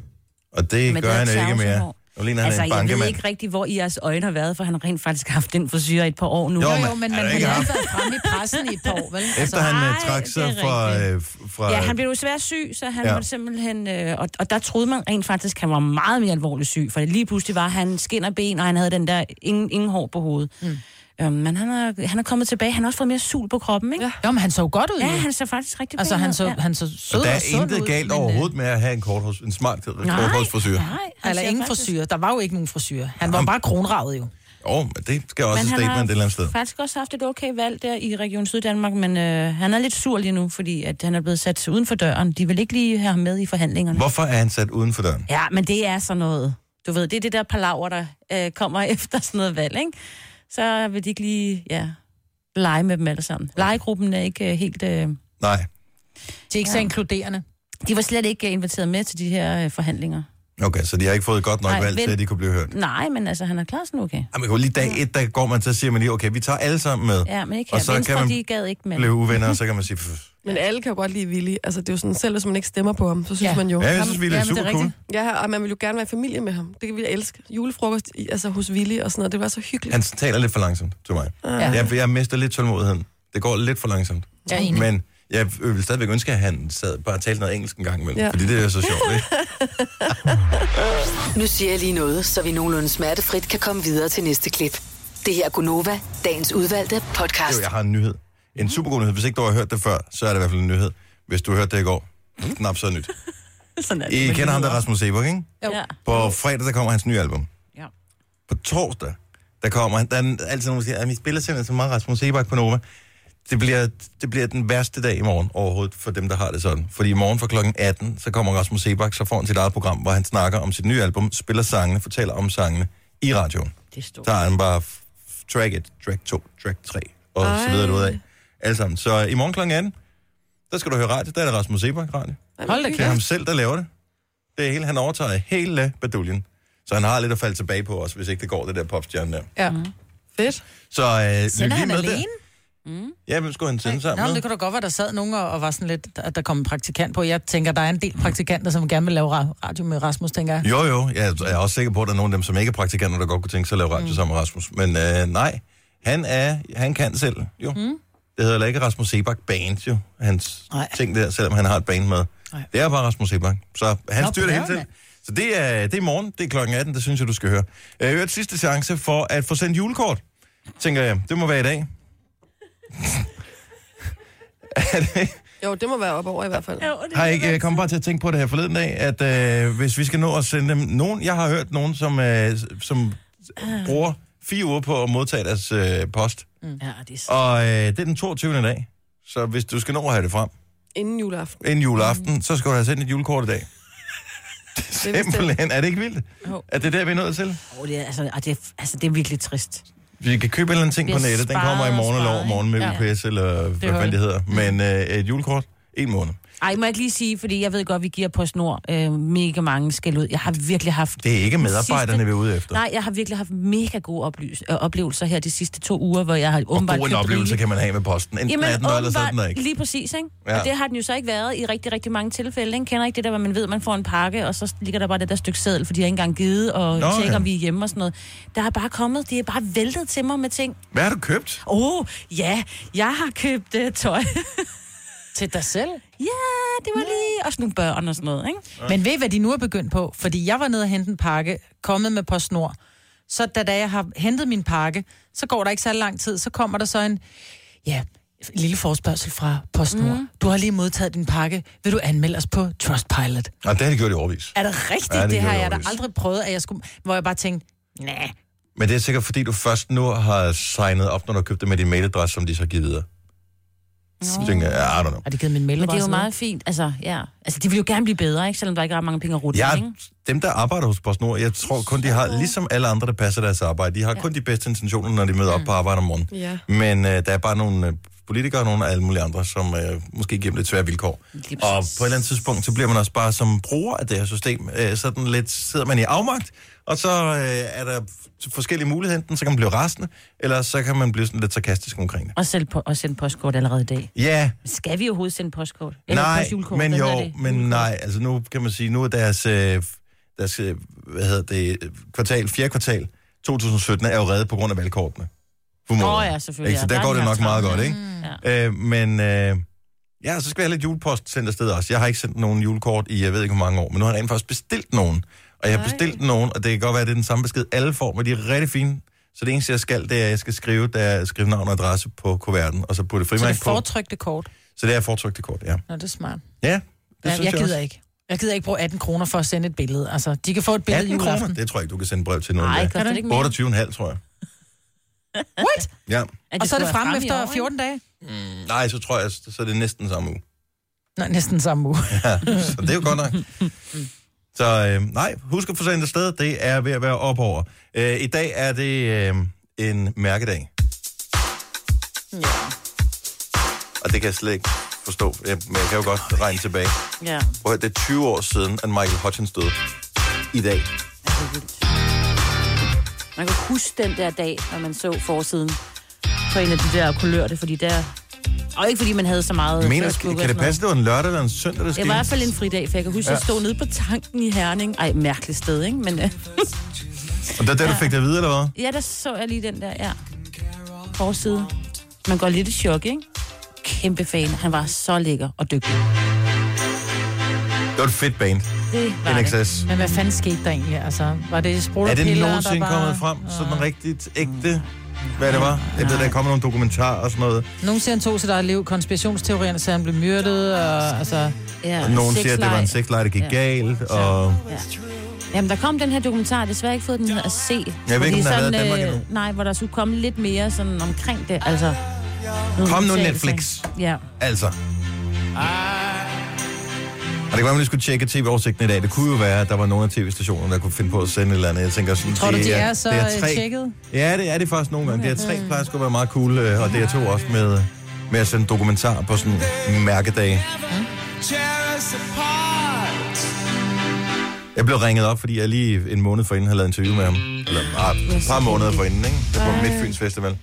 Speaker 1: Og det
Speaker 4: Men
Speaker 1: gør
Speaker 4: det er
Speaker 1: han ikke
Speaker 4: tjavset
Speaker 1: mere.
Speaker 4: hår.
Speaker 1: Nu ligner han
Speaker 4: Altså,
Speaker 1: en
Speaker 4: jeg ved
Speaker 1: bankemand.
Speaker 4: ikke rigtig, hvor i jeres øjne har været, for han har rent faktisk haft den frisyr i et par år nu.
Speaker 1: Jo,
Speaker 5: Jo,
Speaker 1: men
Speaker 5: jo, men
Speaker 1: er
Speaker 5: man
Speaker 1: der
Speaker 5: har
Speaker 1: ikke
Speaker 5: ikke
Speaker 1: haft-
Speaker 5: været fremme i pressen i et par år, vel?
Speaker 1: Efter han øh,
Speaker 4: Altså, nej,
Speaker 1: trak
Speaker 4: det
Speaker 1: sig
Speaker 4: er
Speaker 1: fra,
Speaker 4: rigtigt.
Speaker 1: øh, f- fra...
Speaker 4: Ja, han blev desværre syg, så han
Speaker 1: Ja.
Speaker 4: ja. måtte simpelthen... Øh, og, og der troede man rent faktisk, at han var meget mere alvorligt syg, for lige pludselig var han skin og ben, og han havde den der ingen, ingen hår på hovedet. Mm. Øhm, men han er, han er kommet tilbage. Han har også fået mere sul på kroppen, ikke? Ja,
Speaker 5: Jo, men han så godt ud.
Speaker 4: ja
Speaker 5: Ja,
Speaker 4: han ser faktisk rigtig
Speaker 5: altså,
Speaker 4: pæn
Speaker 5: han
Speaker 4: ud,
Speaker 5: så,
Speaker 4: ja.
Speaker 5: han så sød
Speaker 1: Og der
Speaker 5: og
Speaker 1: er
Speaker 5: sund
Speaker 1: intet
Speaker 5: ud,
Speaker 1: galt
Speaker 5: men, øh,
Speaker 1: overhovedet med at have en, korthårs, en smart korthårsforsyre.
Speaker 4: Nej, han
Speaker 5: Eller
Speaker 4: ser
Speaker 5: ingen
Speaker 4: faktisk-
Speaker 5: frisyr. Der var jo ikke nogen frisyr. Han var bare kronravet jo.
Speaker 1: Åh, oh, men det skal også
Speaker 4: Men
Speaker 1: et
Speaker 4: han
Speaker 1: statement et eller andet sted.
Speaker 4: faktisk også haft et okay valg der i Region Syddanmark, men øh, han er lidt sur lige nu, fordi at han er blevet sat uden for døren. De vil ikke lige have ham med i forhandlingerne.
Speaker 1: Hvorfor er han sat uden for døren?
Speaker 4: Ja, men det er sådan noget. Du ved, det er det der palaver, der øh, kommer efter sådan noget valg, ikke? så vil de ikke lige ja, lege med dem alle sammen. Legegruppen er ikke øh, helt... Øh,
Speaker 1: Nej,
Speaker 5: De er ikke ja. så inkluderende.
Speaker 4: de var slet ikke øh, inviteret med til de her øh, forhandlinger.
Speaker 1: okay, så de har ikke fået godt nok
Speaker 4: Nej,
Speaker 1: valg til,
Speaker 4: vent.
Speaker 1: at de kunne blive hørt.
Speaker 4: Nej, men altså, han er klar sådan okay.
Speaker 1: Jamen, jo, lige dag et, der går man til, så siger man lige, okay, vi tager alle sammen med.
Speaker 4: Ja, men ikke
Speaker 1: Og
Speaker 4: her.
Speaker 1: så kan
Speaker 4: Venstre,
Speaker 1: man
Speaker 4: de gad ikke med.
Speaker 1: Blev uvenner, og så kan man sige, pff.
Speaker 3: Men alle kan jo godt lide Willy. Altså, det er jo sådan, selv hvis man ikke stemmer på ham, så synes
Speaker 5: Ja.
Speaker 3: ja. man jo...
Speaker 1: ja, jeg synes, vi er
Speaker 5: Jamen, det er
Speaker 1: super cool.
Speaker 5: rigtigt.
Speaker 3: Ja, og man vil jo gerne være i familie med ham. Det kan vi da elske. Julefrokost i- altså, hos Willy og sådan noget. Det var så hyggeligt.
Speaker 1: Han taler lidt for langsomt til mig.
Speaker 5: Ja.
Speaker 1: Jeg, jeg mister lidt tålmodigheden. Det går lidt for langsomt.
Speaker 5: Jeg er enig.
Speaker 1: Men jeg vil stadigvæk ønske, at han sad bare og talte noget engelsk en gang imellem, ja.
Speaker 3: Ja.
Speaker 1: fordi det er så sjovt, ikke?
Speaker 8: Nu siger jeg lige noget, så vi nogenlunde smertefrit kan komme videre til næste klip. Det her er Gunova, dagens udvalgte podcast.
Speaker 1: Jo, jeg har en nyhed. En super god nyhed. Hvis ikke du har hørt det før, så er det i hvert fald en nyhed. Hvis du har hørt det i går, knap så nyt.
Speaker 4: Sådan er det.
Speaker 1: I kender ham, der er Rasmus Sebak, ikke?
Speaker 4: Ja.
Speaker 1: På fredag, der kommer hans nye album.
Speaker 4: Ja.
Speaker 1: På torsdag, der kommer han. Der er altid nogen, der siger, at vi spiller simpelthen så meget Rasmus Sebak på Nova. Det bliver, det bliver den værste dag i morgen overhovedet for dem, der har det sådan. Fordi i morgen fra klokken 18, så kommer Rasmus Sebak, så får han sit eget program, hvor han snakker om sit nye album, spiller sangene, fortæller om sangene i radioen.
Speaker 4: Det er stort.
Speaker 1: Der er han bare f- f- track 1, track 2, track 3 og så videre ud af. Alle sammen. Så i morgen kl. 18, der skal du høre radio. Der er det Rasmus Sebak radio.
Speaker 5: Hold da
Speaker 1: Det er ham selv, der laver det. Det er hele, han overtager hele baduljen. Så han har lidt at falde tilbage på også, hvis ikke det går, det der popstjerne der.
Speaker 5: Ja. Fedt.
Speaker 1: Så øh,
Speaker 5: Sender
Speaker 1: lyt lige
Speaker 5: han
Speaker 1: med
Speaker 5: alene?
Speaker 1: der. Ja, hvem skulle han sende
Speaker 5: Nå,
Speaker 1: sammen
Speaker 5: men
Speaker 1: med?
Speaker 5: det kunne da godt være, der sad nogen og, og var sådan lidt, at der kom en praktikant på. Jeg tænker, der er en del praktikanter, som gerne vil lave ra- radio med Rasmus, tænker jeg.
Speaker 1: Jo, jo. Jeg er- jeg er også sikker på, at der er nogle af dem, som ikke er praktikanter, der godt kunne tænke sig at lave radio mm. sammen med Rasmus. Men øh, nej, han, er, han kan selv, jo. Mm. Det hedder heller ikke Rasmus Sebak Band, jo. Hans nej.
Speaker 5: Nej.
Speaker 1: ting der, selvom han har et band med. Nej.
Speaker 5: Nej.
Speaker 1: Det er bare Rasmus Sebak. Så han
Speaker 5: Nå,
Speaker 1: styrer det hele
Speaker 5: blæren,
Speaker 1: selv. Så det er, det er i morgen, det er klokken 18, det synes jeg, du skal høre. Øh, øvrigt sidste chance for at få sendt julekort, tænker jeg. Det må være i dag. er det,
Speaker 3: Jo, det må være op over i hvert fald.
Speaker 1: har I ikke, jeg kom bare til at tænke på det her forleden dag, at øh, hvis vi skal nå at sende dem... Nogen, jeg har hørt nogen, som, øh, som bruger fire uger på at modtage deres øh, post.
Speaker 5: Mm.
Speaker 4: Ja, det er så...
Speaker 1: Og øh, det er den 22. i dag. Så hvis du skal nå at have det frem
Speaker 3: Inden juleaften.
Speaker 1: inden juleaften, mm. så skal du have sendt et julekort i dag.
Speaker 3: Det er vist det.
Speaker 1: Simpelthen. Er det ikke vildt?
Speaker 4: Jo.
Speaker 1: Er det der, vi er nået til?
Speaker 4: Oh, det, er, altså, ah, det er, altså, det er virkelig trist.
Speaker 1: Vi kan købe en eller anden ting
Speaker 4: Vi
Speaker 1: på
Speaker 4: har
Speaker 1: nettet. Den
Speaker 4: sparet
Speaker 1: kommer i
Speaker 4: og
Speaker 1: morgen eller
Speaker 4: sparet,
Speaker 1: overmorgen med
Speaker 4: ikke? Ja.
Speaker 1: UPS, eller hvad
Speaker 5: holder.
Speaker 1: fanden det hedder. Men øh, et julekort, en måned.
Speaker 4: Ej, må jeg ikke lige sige, fordi jeg ved godt, vi giver PostNord øh, mega mange skæld ud. Jeg har virkelig haft...
Speaker 1: Det er ikke medarbejderne,
Speaker 4: Sidste-
Speaker 1: vi er ude efter.
Speaker 4: Nej, jeg har virkelig haft mega gode oplys- øh, oplevelser her de sidste to uger, hvor jeg har
Speaker 1: Og
Speaker 4: åbenbart
Speaker 1: god en
Speaker 4: købt
Speaker 1: oplevelse
Speaker 4: rigeligt.
Speaker 1: kan man have med posten. Enten er den der, eller så er den der ikke.
Speaker 4: lige præcis, ikke?
Speaker 1: Ja.
Speaker 4: Ja. Og det har den jo så ikke været i rigtig, rigtig mange tilfælde. Ikke? Kender ikke det der, hvor man ved, man får en pakke, og så ligger der bare det der stykke seddel, fordi jeg ikke engang givet, og
Speaker 1: Nå,
Speaker 4: Nå, tjekker,
Speaker 1: ja.
Speaker 4: om vi er hjemme og sådan noget. Der er bare kommet, det er bare væltet til mig med ting.
Speaker 1: Hvad har du købt?
Speaker 4: Åh, oh, ja, jeg har købt uh, tøj.
Speaker 5: Til dig selv.
Speaker 4: ja, det var lige... Også nogle børn og sådan noget, ikke?
Speaker 5: Men ved I, hvad de nu er begyndt på? Fordi jeg var nede og hente en pakke, kommet med PostNord. Så da, da jeg har hentet min pakke, så går der ikke så lang tid, så kommer der så en, ja, en lille forspørgsel fra PostNord. Mm. Du har lige modtaget din pakke. Vil du anmelde os på Trustpilot?
Speaker 1: Nå, det har de gjort i overvis.
Speaker 5: Er det rigtigt?
Speaker 1: Ja,
Speaker 5: Ja,
Speaker 1: det
Speaker 5: det, det har
Speaker 1: gjorde
Speaker 5: jeg da
Speaker 1: jeg også.
Speaker 5: aldrig prøvet, at jeg skulle, hvor jeg bare tænkte, nej,
Speaker 1: Men det er sikkert, fordi du først nu har signet op, når du har købt det med din mailadresse, som de så giver videre. Så tænker jeg, I don't know.
Speaker 5: har de givet min
Speaker 4: Men det er jo
Speaker 5: mailadresse?
Speaker 4: meget fint. Altså, ja. Altså, de vil jo gerne blive bedre, ikke? Selvom der ikke er ret mange penge at rute,
Speaker 1: Jeg,
Speaker 4: ikke?
Speaker 1: dem, der arbejder hos PostNord, jeg tror kun, de har, ligesom alle andre, der passer deres arbejde, de har kun de bedste intentioner, når de møder op på arbejde om morgenen.
Speaker 3: Ja.
Speaker 1: Men øh, der er bare nogle øh, politikere og nogle af alle mulige andre, som øh, måske giver dem lidt svære vilkår. Og på et eller andet tidspunkt, så bliver man også bare som bruger af det her system, øh, sådan lidt sidder man i afmagt, og så øh, er der f- forskellige muligheder, enten så kan man blive rasende, eller så kan man blive sådan lidt sarkastisk omkring det.
Speaker 4: Og, selv på, og sende postkort allerede i dag.
Speaker 1: Ja,
Speaker 4: Skal vi overhovedet sende postkort?
Speaker 1: Nej,
Speaker 4: postjulekort,
Speaker 1: men
Speaker 4: hvad hedder
Speaker 1: jo,
Speaker 4: det?
Speaker 1: men nej. Altså nu kan man sige, nu er deres, øh, deres øh, hvad hedder det, øh, kvartal, fjerde kvartal 2017 er jo reddet på grund af valgkortene.
Speaker 4: Nå
Speaker 1: Formodentlig.
Speaker 4: ja, selvfølgelig.
Speaker 1: Ikke? Så
Speaker 4: ja.
Speaker 1: der går
Speaker 4: er
Speaker 1: det
Speaker 4: den
Speaker 1: nok
Speaker 4: her
Speaker 1: meget
Speaker 4: travlt. Mm.
Speaker 1: godt, ikke? Øh, men øh, ja, så skal jeg have lidt julepost sendt afsted også. Jeg har ikke sendt nogen julekort i, jeg ved ikke hvor mange år, men nu har jeg rent faktisk bestilt nogen. Og jeg har bestilt nogen, og det kan godt være, at det er den samme besked, alle får, men de er rigtig fine. Så det eneste, jeg skal, det er, at jeg skal skrive, der, skrive navn og adresse på kuverten, og så putte
Speaker 5: Så det
Speaker 1: frimærke
Speaker 5: er
Speaker 1: på.
Speaker 5: foretrykte kort.
Speaker 1: Så det er fortrykte kort, ja.
Speaker 5: Nå, det er smart.
Speaker 1: Ja, det
Speaker 5: Ja,
Speaker 1: synes
Speaker 5: jeg
Speaker 1: også.
Speaker 5: gider ikke. Jeg gider ikke bruge 18 kroner for at sende et billede. Altså, de kan få et billede
Speaker 1: 18
Speaker 5: juleaften.
Speaker 1: kroner? Det tror jeg ikke, du kan sende brev til nogen.
Speaker 4: Nej,
Speaker 1: Nej,
Speaker 4: koster det ikke mere?
Speaker 1: 28,5 tror jeg.
Speaker 5: What?
Speaker 1: Ja.
Speaker 4: At
Speaker 5: Og så er det
Speaker 4: skulle være
Speaker 5: fremme
Speaker 4: i
Speaker 5: efter
Speaker 4: år,
Speaker 5: 14 dage?
Speaker 1: Nej, så tror jeg, så er det næsten samme uge.
Speaker 5: Nej, næsten samme uge.
Speaker 1: Ja, så det er jo godt nok. Så øhm, øh, nej, husk at få sendt afsted. Det er ved at være op over. Øh, I dag er det øh, en mærkedag.
Speaker 4: Ja.
Speaker 1: Og det kan jeg slet ikke forstå, jeg, men jeg kan jo godt regne tilbage.
Speaker 4: Ja.
Speaker 1: Prøv at høre, det er 20 år siden, at Michael Hutchins døde. I dag.
Speaker 4: Man kan huske den der dag, når man så forsiden på en af de der kulørte, fordi der... Og ikke fordi man havde så meget
Speaker 1: Mener,
Speaker 4: Facebook og
Speaker 1: kan det
Speaker 4: sådan noget.
Speaker 1: passe, det var en lørdag eller en søndag, der
Speaker 4: Det
Speaker 1: skete?
Speaker 4: var i hvert fald en fridag, for jeg kan huske, at jeg stod nede på tanken i Herning. Ej, mærkeligt sted, ikke? Men øh,
Speaker 1: Og det er der, du fik det at vide, eller hvad?
Speaker 4: ja, der så jeg lige den der, ja. Forside. Man går lidt i chok, ikke? Kæmpe fan. Han var så lækker og dygtig.
Speaker 1: Det var et fedt band.
Speaker 4: Det var det.
Speaker 1: NXS.
Speaker 5: Men hvad fanden skete der egentlig? Altså, var det
Speaker 1: Er
Speaker 5: sprutpiller,
Speaker 1: det
Speaker 5: der
Speaker 1: nogensinde
Speaker 5: bare... Mm.
Speaker 1: kommet frem? Sådan rigtigt ægte? Hvad det var? Jeg ved, der er kommet nogle dokumentarer og sådan noget.
Speaker 5: Nogen siger, han tog sit eget liv. Konspirationsteorierne siger, han blev myrdet. Og, altså,
Speaker 4: Ja,
Speaker 1: Og nogen siger, at det var en
Speaker 4: sexleg.
Speaker 1: sexlej, der gik
Speaker 4: Ja.
Speaker 1: galt. Og...
Speaker 4: Jamen, der kom den her dokumentar. Jeg har desværre ikke fået den at se.
Speaker 1: Jeg ved ikke, om den har været i
Speaker 4: sådan, øh,
Speaker 1: Danmark endnu.
Speaker 4: Nej, hvor der skulle komme lidt mere sådan omkring det. Altså, nogle
Speaker 1: Kom nu,
Speaker 4: udtalelser.
Speaker 1: Netflix.
Speaker 4: Ja.
Speaker 1: Altså. Og det kan være, man lige skulle tjekke tv-oversigten i dag. Det kunne jo være, at der var nogle af tv-stationerne, der kunne finde på at sende et eller andet. Jeg tænker sådan,
Speaker 5: tror du,
Speaker 1: det
Speaker 5: de er så
Speaker 1: det
Speaker 5: øh, tjekket?
Speaker 1: Ja, det er det faktisk nogle gange. Det er tre plejer at skulle være meget cool, øh, og det er to også med, med at sende dokumentarer på sådan mærkedage. Jeg blev ringet op, fordi jeg lige en måned forinden havde lavet interview med ham. Eller ah, et par måneder forinden, ikke? Det var på Midtfyns Festival.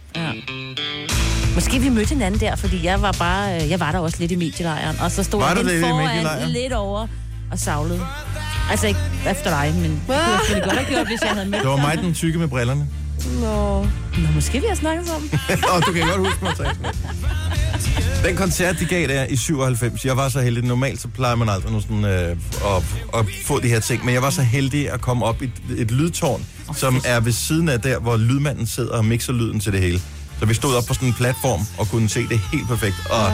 Speaker 4: Måske vi mødte hinanden der, fordi jeg var bare, øh, jeg var der også lidt i medielejren, og så stod
Speaker 1: Var
Speaker 4: jeg
Speaker 1: du
Speaker 4: hen
Speaker 1: lidt i
Speaker 4: foran
Speaker 1: medielejren?
Speaker 4: lidt over og savlede. Altså ikke efter dig, men det kunne jeg selvfølgelig godt have gjort, hvis jeg havde mødt
Speaker 1: Det var mig, den tykke med brillerne.
Speaker 3: Nå.
Speaker 4: Nå, måske vi har snakket sammen.
Speaker 1: og du kan godt huske mig, tak. Den koncert, de gav der i 97, jeg var så heldig. Normalt så plejer man aldrig nogen sådan, øh, at, at få de her ting, men jeg var så heldig at komme op i et, et lydtårn, som er ved siden af der, hvor lydmanden sidder og mixer lyden til det hele. Så vi stod op på sådan en platform og kunne se det helt perfekt. Og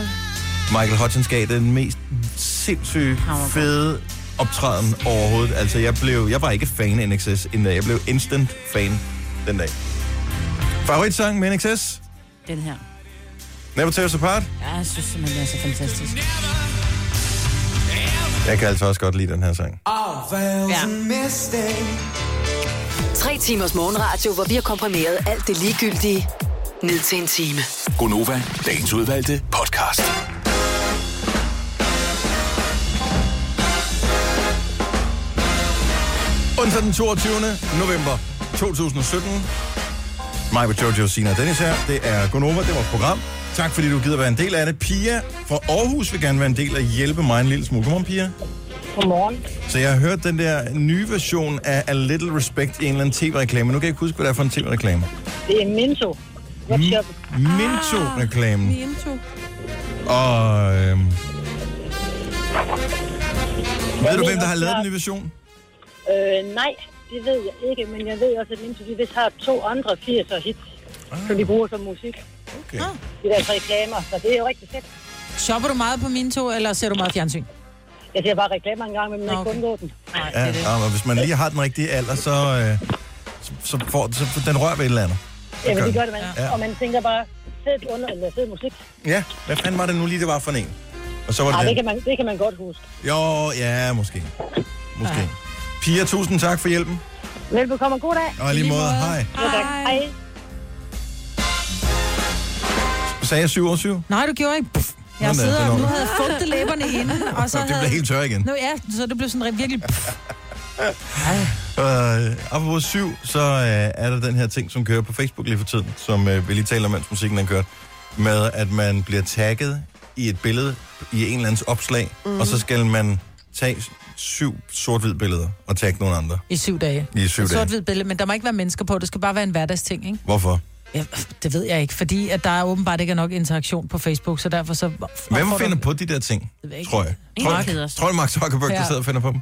Speaker 1: Michael Hutchins gav den mest sindssyge,
Speaker 4: Hammergodt.
Speaker 1: fede optræden overhovedet. Altså, jeg, blev, jeg var ikke fan af NXS inden da. Jeg blev instant fan den dag. Favoritsang med NXS?
Speaker 4: Den her.
Speaker 1: Never Tear Us Apart.
Speaker 4: Ja, jeg synes simpelthen, det er så fantastisk.
Speaker 1: Jeg kan altså også godt lide den her sang.
Speaker 4: Ja.
Speaker 8: Tre timers morgenradio, hvor vi har komprimeret alt det ligegyldige ned til en time.
Speaker 7: Gonova, dagens udvalgte podcast.
Speaker 1: Onsdag den 22. november 2017. Mig med Jojo, Sina og Dennis her. Det er Gonova, det er vores program. Tak fordi du gider være en del af det. Pia fra Aarhus vil gerne være en del af hjælpe mig en lille smule. Godmorgen, Pia.
Speaker 9: Godmorgen.
Speaker 1: Så jeg har hørt den der nye version af A Little Respect i en eller anden tv-reklame. Nu kan jeg ikke huske, hvad det er for en tv-reklame.
Speaker 9: Det er Minto.
Speaker 1: Mm.
Speaker 9: Webshop.
Speaker 1: Minto-reklamen.
Speaker 3: Vi indtog.
Speaker 1: Og... Øhm, ved du,
Speaker 9: ved
Speaker 1: hvem der har
Speaker 9: også,
Speaker 1: lavet
Speaker 9: jeg-
Speaker 1: den nye version?
Speaker 9: Øh, nej, det ved jeg ikke, men jeg ved også, at Minto de vist har to andre 80'er hits, som de bruger som musik.
Speaker 1: Ah. Okay.
Speaker 3: Ah.
Speaker 9: De deres reklamer, så det er jo rigtig fedt.
Speaker 5: shopper du meget på mine to, eller ser du meget fjernsyn?
Speaker 9: Jeg ser bare reklamer en gang, men man
Speaker 5: Nå,
Speaker 9: okay. ikke
Speaker 5: okay.
Speaker 9: undgå den.
Speaker 1: Ja, ja, og hvis man lige har den rigtige alder, så, øh, så, så, får, så får den rør ved et eller andet.
Speaker 9: Ja, men
Speaker 1: gør
Speaker 9: det gør
Speaker 1: den.
Speaker 9: det, man.
Speaker 1: Ja.
Speaker 9: Ja. Og man tænker bare, fed under, eller fed musik.
Speaker 1: Ja, hvad fanden var det nu lige, det var for en? Og så var
Speaker 9: Ej,
Speaker 1: det
Speaker 9: det
Speaker 1: den.
Speaker 9: kan man, det kan man godt huske.
Speaker 1: Jo, ja, måske. Måske. Pia, tusind tak for hjælpen.
Speaker 9: Velbekomme og god dag.
Speaker 1: Og i lige måde, hej.
Speaker 9: Ja, tak. Hej.
Speaker 1: Sagde jeg 7 år 7?
Speaker 5: Nej, du gjorde ikke. Pff.
Speaker 1: Nå,
Speaker 5: Jeg
Speaker 1: men,
Speaker 5: sidder
Speaker 1: hvornår?
Speaker 5: og nu havde jeg fugtet læberne inde, og så
Speaker 1: Det
Speaker 5: havde...
Speaker 1: blev helt tør igen.
Speaker 5: Nu, ja, så det blev sådan virkelig... Pff.
Speaker 1: Øh, apropos 7, så øh, er der den her ting, som kører på Facebook lige for tiden, som øh, vi lige taler om, mens musikken den kørte, med at man bliver tagget i et billede i en eller andens opslag, mm. og
Speaker 5: Mhm.
Speaker 1: så skal man tage syv sort-hvid billeder og tagge nogle andre
Speaker 5: I syv dage.
Speaker 1: i syv
Speaker 5: Et
Speaker 1: dage.
Speaker 5: sort-hvid billede, men der må ikke være mennesker på. Det skal bare være en hverdagsting, ikke?
Speaker 1: Hvorfor?
Speaker 5: Ja, det ved jeg ikke, fordi at der er åbenbart ikke er nok interaktion på Facebook, så derfor så...
Speaker 1: Hvem finder på de der ting,
Speaker 5: ved jeg ikke.
Speaker 1: tror jeg?
Speaker 4: Ingen keder
Speaker 1: Tror,
Speaker 4: sig.
Speaker 1: tror du, Mark Zuckerberg, der
Speaker 5: Ja.
Speaker 1: sidder og finder på dem?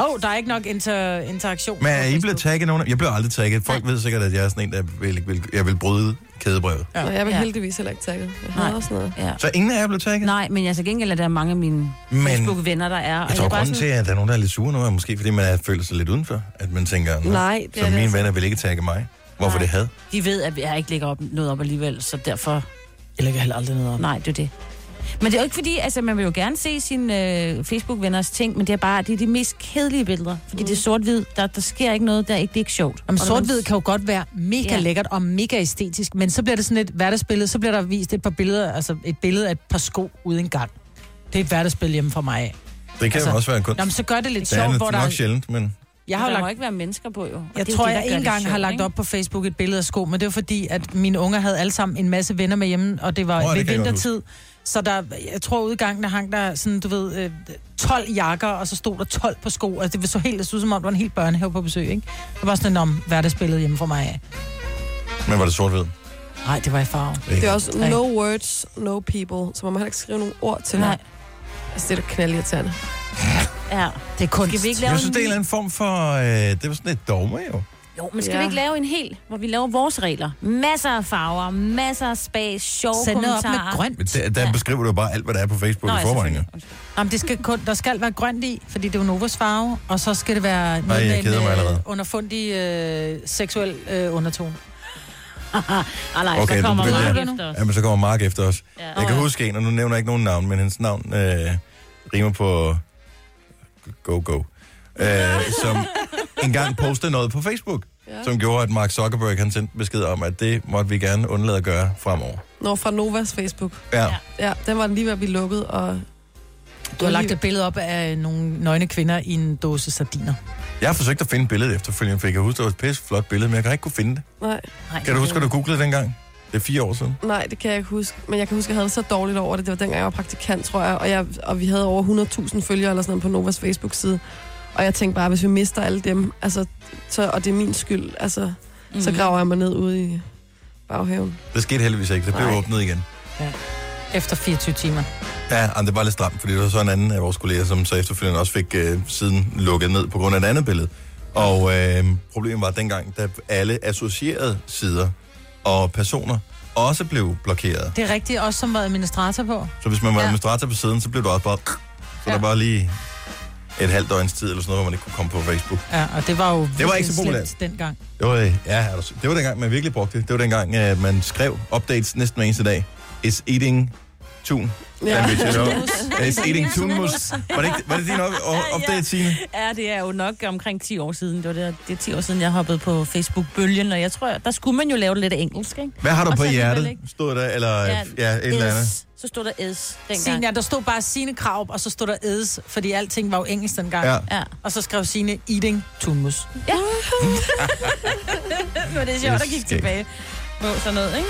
Speaker 5: Åh, oh, der er ikke nok inter- interaktion
Speaker 1: Men
Speaker 5: på
Speaker 1: er I
Speaker 5: Facebook.
Speaker 1: blevet tagget nogen? af- Jeg blev aldrig tagget. Folk ved sikkert, at jeg er sådan en, der vil, vil, jeg vil bryde kædebrevet.
Speaker 3: Nå, jeg var
Speaker 4: Ja.
Speaker 3: ja. heldigvis heller ikke takket. Jeg
Speaker 4: Nej.
Speaker 3: havde også noget.
Speaker 4: ja.
Speaker 1: Så ingen af jer blev tagget?
Speaker 4: Nej, men jeg så gengæld er der mange af mine
Speaker 1: Men-
Speaker 4: Facebook-venner, der er. og
Speaker 1: Jeg tror,
Speaker 4: er bare
Speaker 1: grunden til,
Speaker 4: sådan,
Speaker 1: at der er nogen, der er lidt sure nu, er måske fordi, man er, føler sig lidt udenfor. At man tænker, "Nå,
Speaker 3: Nej,
Speaker 1: så
Speaker 3: det er det
Speaker 1: mine
Speaker 3: altså.
Speaker 1: venner vil ikke tagge mig. Hvorfor
Speaker 4: Nej.
Speaker 1: det had?
Speaker 4: de ved, at jeg ikke lægger op, noget op alligevel, så derfor...
Speaker 5: Jeg lægger heller aldrig noget op.
Speaker 4: Nej, det er det. Men det er jo ikke fordi, altså man vil jo gerne se sine øh, Facebook-venners ting, men det er bare, det er de mest kedelige billeder. Fordi mm. det er sort-hvid, der, der sker ikke noget, der er ikke, det er ikke sjovt.
Speaker 5: Om sort-hvid kan jo godt være mega
Speaker 4: Ja.
Speaker 5: ja. lækkert og mega æstetisk, men så bliver det sådan et hverdagsbillede, så bliver der vist et par billeder, altså et billede af et par sko uden gang. Det er et hverdagsbillede hjemme for mig af.
Speaker 1: Det kan
Speaker 5: Altså,
Speaker 1: jo også være en kunst.
Speaker 5: Nå, men så gør det lidt
Speaker 1: det er
Speaker 5: sjovt, hvor
Speaker 1: nok
Speaker 5: der...
Speaker 1: sjældent, men...
Speaker 5: Jeg
Speaker 4: Jeg
Speaker 5: har jo
Speaker 4: der
Speaker 5: lagt
Speaker 4: må ikke være mennesker på, jo. Og
Speaker 5: Jeg
Speaker 4: det er
Speaker 5: tror,
Speaker 4: jo det,
Speaker 5: jeg
Speaker 4: der gør
Speaker 5: en
Speaker 4: det
Speaker 5: gang har
Speaker 4: sjovt,
Speaker 5: lagt
Speaker 4: ikke?
Speaker 5: op på Facebook et billede af sko, men det var fordi, at mine unger havde alle sammen en masse venner med hjemme, og det var
Speaker 1: Åh, ja,
Speaker 5: oh, ved
Speaker 1: det kan jeg godt
Speaker 5: vintertid. Så der, jeg tror, ude i gangen, der hang der sådan, du ved, øh, 12 jakker, og så stod der 12 på sko. Altså, det så helt, det så ud, som om, der var en helt børnehave på besøg, ikke? Det var sådan en om hverdagsbillede hjemme for mig af.
Speaker 1: Men var det sort-hvid?
Speaker 5: Nej, det var i farve.
Speaker 3: Det er også no words, no people, så man må heller ikke skrive nogle ord til
Speaker 4: Nej.
Speaker 3: Nej. Altså, det er da knaldirriterende.
Speaker 4: Ja.
Speaker 5: Det er kunst.
Speaker 4: Skal vi ikke lave
Speaker 1: Jeg synes, det er en
Speaker 4: en
Speaker 1: eller anden form for... Øh, det var sådan et dogme, jo.
Speaker 4: Jo, men skal ja.
Speaker 3: Ja.
Speaker 4: vi ikke lave en hel, hvor vi laver vores regler? Masser af farver, masser af spas, sjove
Speaker 5: Send noget op
Speaker 4: kommentarer.
Speaker 5: med grønt.
Speaker 1: Men der, der ja. beskriver du jo bare alt, hvad der er på Facebook Nå, i
Speaker 4: ja,
Speaker 1: forvejen. jo.
Speaker 4: selvfølgelig. Undskyld.
Speaker 5: Jamen, det skal kun, der skal være grønt i, fordi det er jo Novas farve, og så skal det være noget
Speaker 1: jeg
Speaker 5: med en
Speaker 1: keder mig
Speaker 5: øh,
Speaker 1: allerede.
Speaker 5: underfundig øh, seksuel øh, undertone.
Speaker 4: Ah, nej,
Speaker 1: Okay,
Speaker 4: okay,
Speaker 1: du
Speaker 4: så kommer
Speaker 1: begynder
Speaker 4: Mark
Speaker 1: her.
Speaker 4: efter os.
Speaker 1: Jamen, så kommer Mark efter os.
Speaker 4: Ja.
Speaker 1: Jeg kan huske en, og nu nævner jeg ikke nogen navn, men hendes navn øh, rimer på go-go, øh, som engang postede noget på Facebook, ja. som gjorde, at Mark Zuckerberg han sendte besked om, at det måtte vi gerne undlade at gøre fremover.
Speaker 3: Når fra Novas Facebook.
Speaker 1: Ja.
Speaker 4: Ja.
Speaker 1: ja.
Speaker 3: Ja, den var lige ved at blive lukket, og...
Speaker 5: Du har lagt et billede op af nogle nøgne kvinder i en dåse sardiner.
Speaker 1: Jeg har forsøgt at finde billedet efterfølgende, for jeg kan huske, det var et pisse flot billede, men jeg kan ikke kunne finde det.
Speaker 3: Nej,
Speaker 4: Nej,
Speaker 1: Kan du huske, at du googlede dengang? Det er fire år siden.
Speaker 3: nej, det kan jeg ikke huske. Men jeg kan huske, at jeg havde det så dårligt over det. Det var dengang, jeg var praktikant, tror jeg. Og, jeg, og vi havde over 100.000 følgere eller sådan noget på Novas Facebook-side. Og jeg tænkte bare, hvis vi mister alle dem, altså, så, og det er min skyld, altså, mm. så graver jeg mig ned ude i baghaven.
Speaker 1: Det skete heldigvis ikke. Det blev
Speaker 3: Nej.
Speaker 1: åbnet igen.
Speaker 5: Efter 24 timer.
Speaker 1: Ja, men det var lidt stramt, fordi det var så en anden af vores kolleger, som så efterfølgende også fik øh, siden lukket ned på grund af et andet billede. Og øh, problemet var at dengang, da alle associerede sider og personer også blev blokeret.
Speaker 5: Det er rigtigt, også som var administrator på.
Speaker 1: Så hvis man var
Speaker 5: Ja.
Speaker 1: administrator på siden, så blev du også bare... Så der
Speaker 5: Ja.
Speaker 1: var lige et halvt døgns tid eller sådan noget, hvor man ikke kunne komme på Facebook.
Speaker 5: Ja, og det var jo
Speaker 1: Det var ikke
Speaker 5: virkelig
Speaker 1: så populært.
Speaker 5: slemt dengang.
Speaker 1: Det var, øh, ja, er du s- det var dengang, man virkelig brugte det. Det var dengang, øh, man skrev updates næsten hver eneste dag. Is eating tun.
Speaker 3: Ja.
Speaker 1: Ja. Is eating tunmus. Var det, ikke, var det din op- o- update, Signe?
Speaker 4: Ja, det er jo nok omkring 10 år siden. Det, var det, det er 10 år siden, jeg hoppede på Facebook-bølgen, og jeg tror, der skulle man jo lave det lidt af engelsk, ikke?
Speaker 1: Hvad har du
Speaker 4: Og
Speaker 1: på
Speaker 4: så alligevel
Speaker 1: hjertet?
Speaker 4: ikke.
Speaker 1: Stod der, eller ja, ja et eller andet.
Speaker 4: S. Så stod der S dengang.
Speaker 5: Signe, ja, der stod bare Signe Krav, og så stod der Eds, fordi alting var jo engelsk dengang.
Speaker 1: Ja.
Speaker 4: Ja.
Speaker 5: Og så skrev Signe Eating Tunmus.
Speaker 4: Det var det, jeg der gik
Speaker 1: skægt.
Speaker 4: tilbage på sådan noget, ikke?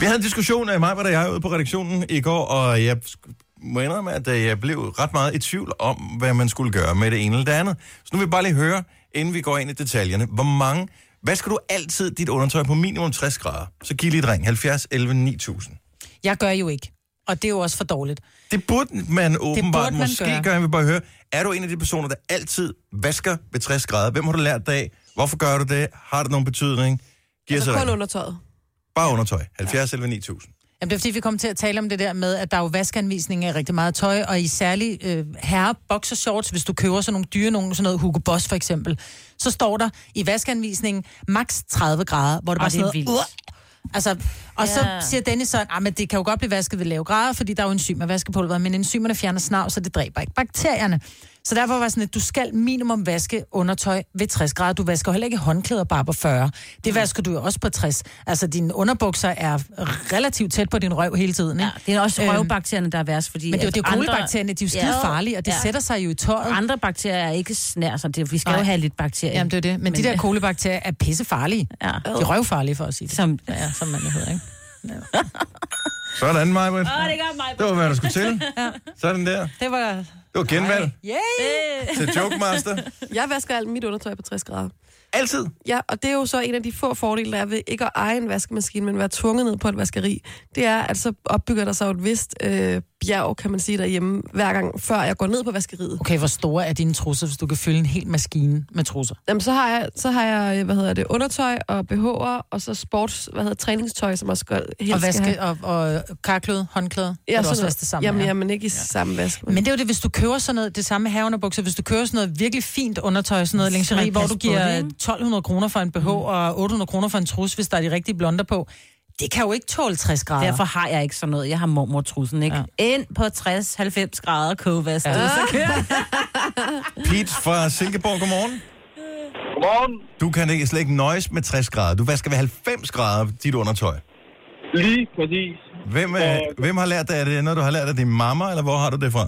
Speaker 1: Vi havde en diskussion af mig, hvad der jeg ude på redaktionen i går, og jeg sk- må indrømme, at øh, jeg blev ret meget i tvivl om, hvad man skulle gøre med det ene eller det andet. Så nu vil jeg bare lige høre, inden vi går ind i detaljerne, hvor mange... Hvad skal du altid dit undertøj på minimum 60 grader? Så giv lige et ring. 70 11 9000.
Speaker 5: Jeg gør jo ikke. Og det er jo også for dårligt.
Speaker 1: Det burde man åbenbart burde
Speaker 5: burde
Speaker 1: man
Speaker 5: man
Speaker 1: måske gøre.
Speaker 5: gøre.
Speaker 1: gøre. Jeg vil bare høre, er du en af de personer, der altid vasker ved 60 grader? Hvem har du lært det af? Hvorfor gør du det? Har det nogen betydning? Giv altså,
Speaker 3: Altså
Speaker 1: os et
Speaker 3: kun
Speaker 1: ring.
Speaker 3: undertøjet.
Speaker 1: Bare undertøj. 70 11 9000.
Speaker 5: Jamen, det er fordi, vi kom til at tale om det der med, at der er jo vaskeanvisninger i rigtig meget tøj, og i særlig øh, herre boxershorts, hvis du køber sådan nogle dyre, nogle sådan noget Hugo Boss for eksempel, så står der i vaskeanvisningen maks 30 grader, hvor det bare
Speaker 4: det er
Speaker 5: sådan
Speaker 4: vildt.
Speaker 5: noget, "Uah!" Altså, og
Speaker 4: Ja.
Speaker 5: så siger Dennis så, at det kan jo godt blive vasket ved lave grader, fordi der er jo enzymer i vaskepulveret, men enzymerne fjerner snavs, så det dræber ikke bakterierne. Så derfor var sådan, at du skal minimum vaske undertøj ved 60 grader. Du vasker jo heller ikke håndklæder bare på 40. Det vasker du jo også på 60. Altså, dine underbukser er relativt tæt på din røv hele tiden, ikke?
Speaker 4: Ja, det er også
Speaker 5: Øhm,
Speaker 4: røvbakterierne, der er værst, fordi...
Speaker 5: Men det er jo det er
Speaker 4: at
Speaker 5: jo
Speaker 4: andre-
Speaker 5: kolibakterierne, de er jo skide
Speaker 4: Ja.
Speaker 5: farlige, og det
Speaker 4: Ja.
Speaker 5: sætter sig jo i tøjet.
Speaker 4: Andre bakterier er ikke snær, så det, vi skal
Speaker 5: Nej.
Speaker 4: jo have lidt bakterier.
Speaker 5: Jamen, det er det. Men, de der kolibakterier er pissefarlige.
Speaker 4: Ja.
Speaker 5: De er røvfarlige, for at sige det.
Speaker 4: Som,
Speaker 5: Ja, som man jo hedder, ikke?
Speaker 1: Sådan, Maja.
Speaker 4: Åh, det gør mig.
Speaker 1: Det var, hvad der skulle til. Sådan der.
Speaker 5: Det var...
Speaker 1: Det var genvalg
Speaker 5: Yay!
Speaker 1: til Joke Master.
Speaker 3: Jeg vasker alt mit undertøj på 60 grader.
Speaker 1: Altid.
Speaker 3: Ja, og det er jo så en af de få fordele, der er ved ikke at eje en vaskemaskine, men være tvunget ned på et vaskeri. Det er, at så opbygger der sig jo et vist øh, bjerg, kan man sige, derhjemme, hver gang, før jeg går ned på vaskeriet.
Speaker 5: Okay, hvor store er dine trusser, hvis du kan fylde en hel maskine med trusser?
Speaker 3: Jamen, så har jeg, så har jeg øh, hvad hedder det, undertøj og BH'er, og så sports, hvad hedder træningstøj, som også godt helt
Speaker 5: og
Speaker 3: skal
Speaker 5: vaske
Speaker 3: have.
Speaker 5: og, og karklød, håndklæde, ja,
Speaker 3: Ja,
Speaker 5: kan du også
Speaker 3: sådan
Speaker 5: vaske det sammen
Speaker 3: Jamen,
Speaker 5: med.
Speaker 3: jamen, ikke i ja. samme vask.
Speaker 5: Men det er jo det, hvis du køber sådan noget, det samme med haveunderbukser, hvis du køber sådan noget virkelig fint undertøj, sådan noget lingerie,
Speaker 4: man
Speaker 5: hvor
Speaker 4: passe
Speaker 5: du
Speaker 4: på
Speaker 5: giver
Speaker 4: det, ikke?
Speaker 3: Mm.
Speaker 5: 1200 kroner for en BH og 800 kroner for en trus, hvis der er de rigtige blonder på, det kan jo ikke tåle 60 grader.
Speaker 4: Derfor har jeg ikke sådan noget. Jeg har mormortrussen, ikke? Ja. Ind på 60-90 grader kogevast. Ja. Så kører jeg.
Speaker 1: Pete fra Silkeborg, godmorgen.
Speaker 10: Godmorgen.
Speaker 1: Du kan ikke slet ikke nøjes med 60 grader. Du vasker ved 90 grader dit undertøj.
Speaker 10: Lige præcis.
Speaker 1: Hvem, øh, hvem har lært dig det? Når du har lært af din mamma, eller hvor har du det fra?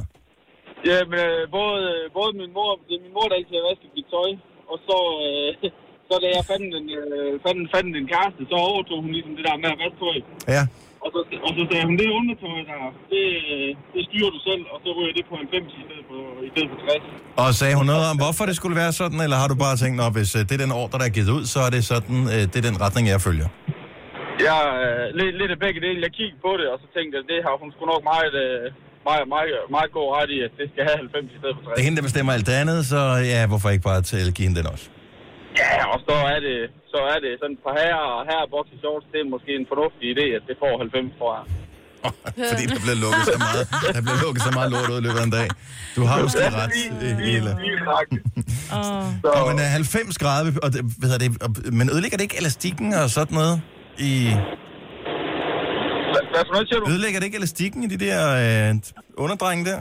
Speaker 10: Ja, men øh, både, både min mor, det er min mor, der altid har vasket mit tøj, og så, øh, så da jeg fandt en, øh, fandt, fandt en kæreste, så overtog hun ligesom det der med at vaske tøj.
Speaker 1: Ja.
Speaker 10: Og så, og så sagde hun, det undertøj der, det, øh, det styrer du selv, og så ryger det på 90 i stedet for, i stedet for 60.
Speaker 1: Og sagde hun noget om, hvorfor det skulle være sådan, eller har du bare tænkt, at hvis øh, det er den ordre, der er givet ud, så er det sådan, øh, det er den retning, jeg følger?
Speaker 10: Jeg øh, lidt, lidt af begge dele. Jeg kiggede på det, og så tænkte jeg, det har hun sgu nok meget, øh, meget, meget, meget god ret i, at det skal have 90 i stedet for 60.
Speaker 1: Det er hende, der bestemmer alt det andet, så ja, hvorfor ikke bare til give hende den også?
Speaker 10: Ja, og så er det, så er det sådan på herre og herre boxe shorts, det er måske en fornuftig idé, at det får 90, tror jeg.
Speaker 1: Fordi der bliver lukket så meget, der bliver lukket så meget lort ud i løbet af en dag. Du har måske ret, øh, Ela.
Speaker 10: Lige nøjagtigt.
Speaker 4: Åh.
Speaker 10: Så,
Speaker 1: Og men øh, 90 grader, og det, hvad hedder det, og, men ødelægger det ikke elastikken og sådan noget? I,
Speaker 10: hvad, hvad for noget siger du?
Speaker 1: ødelægger det ikke elastikken i de der øh, underdrenge der?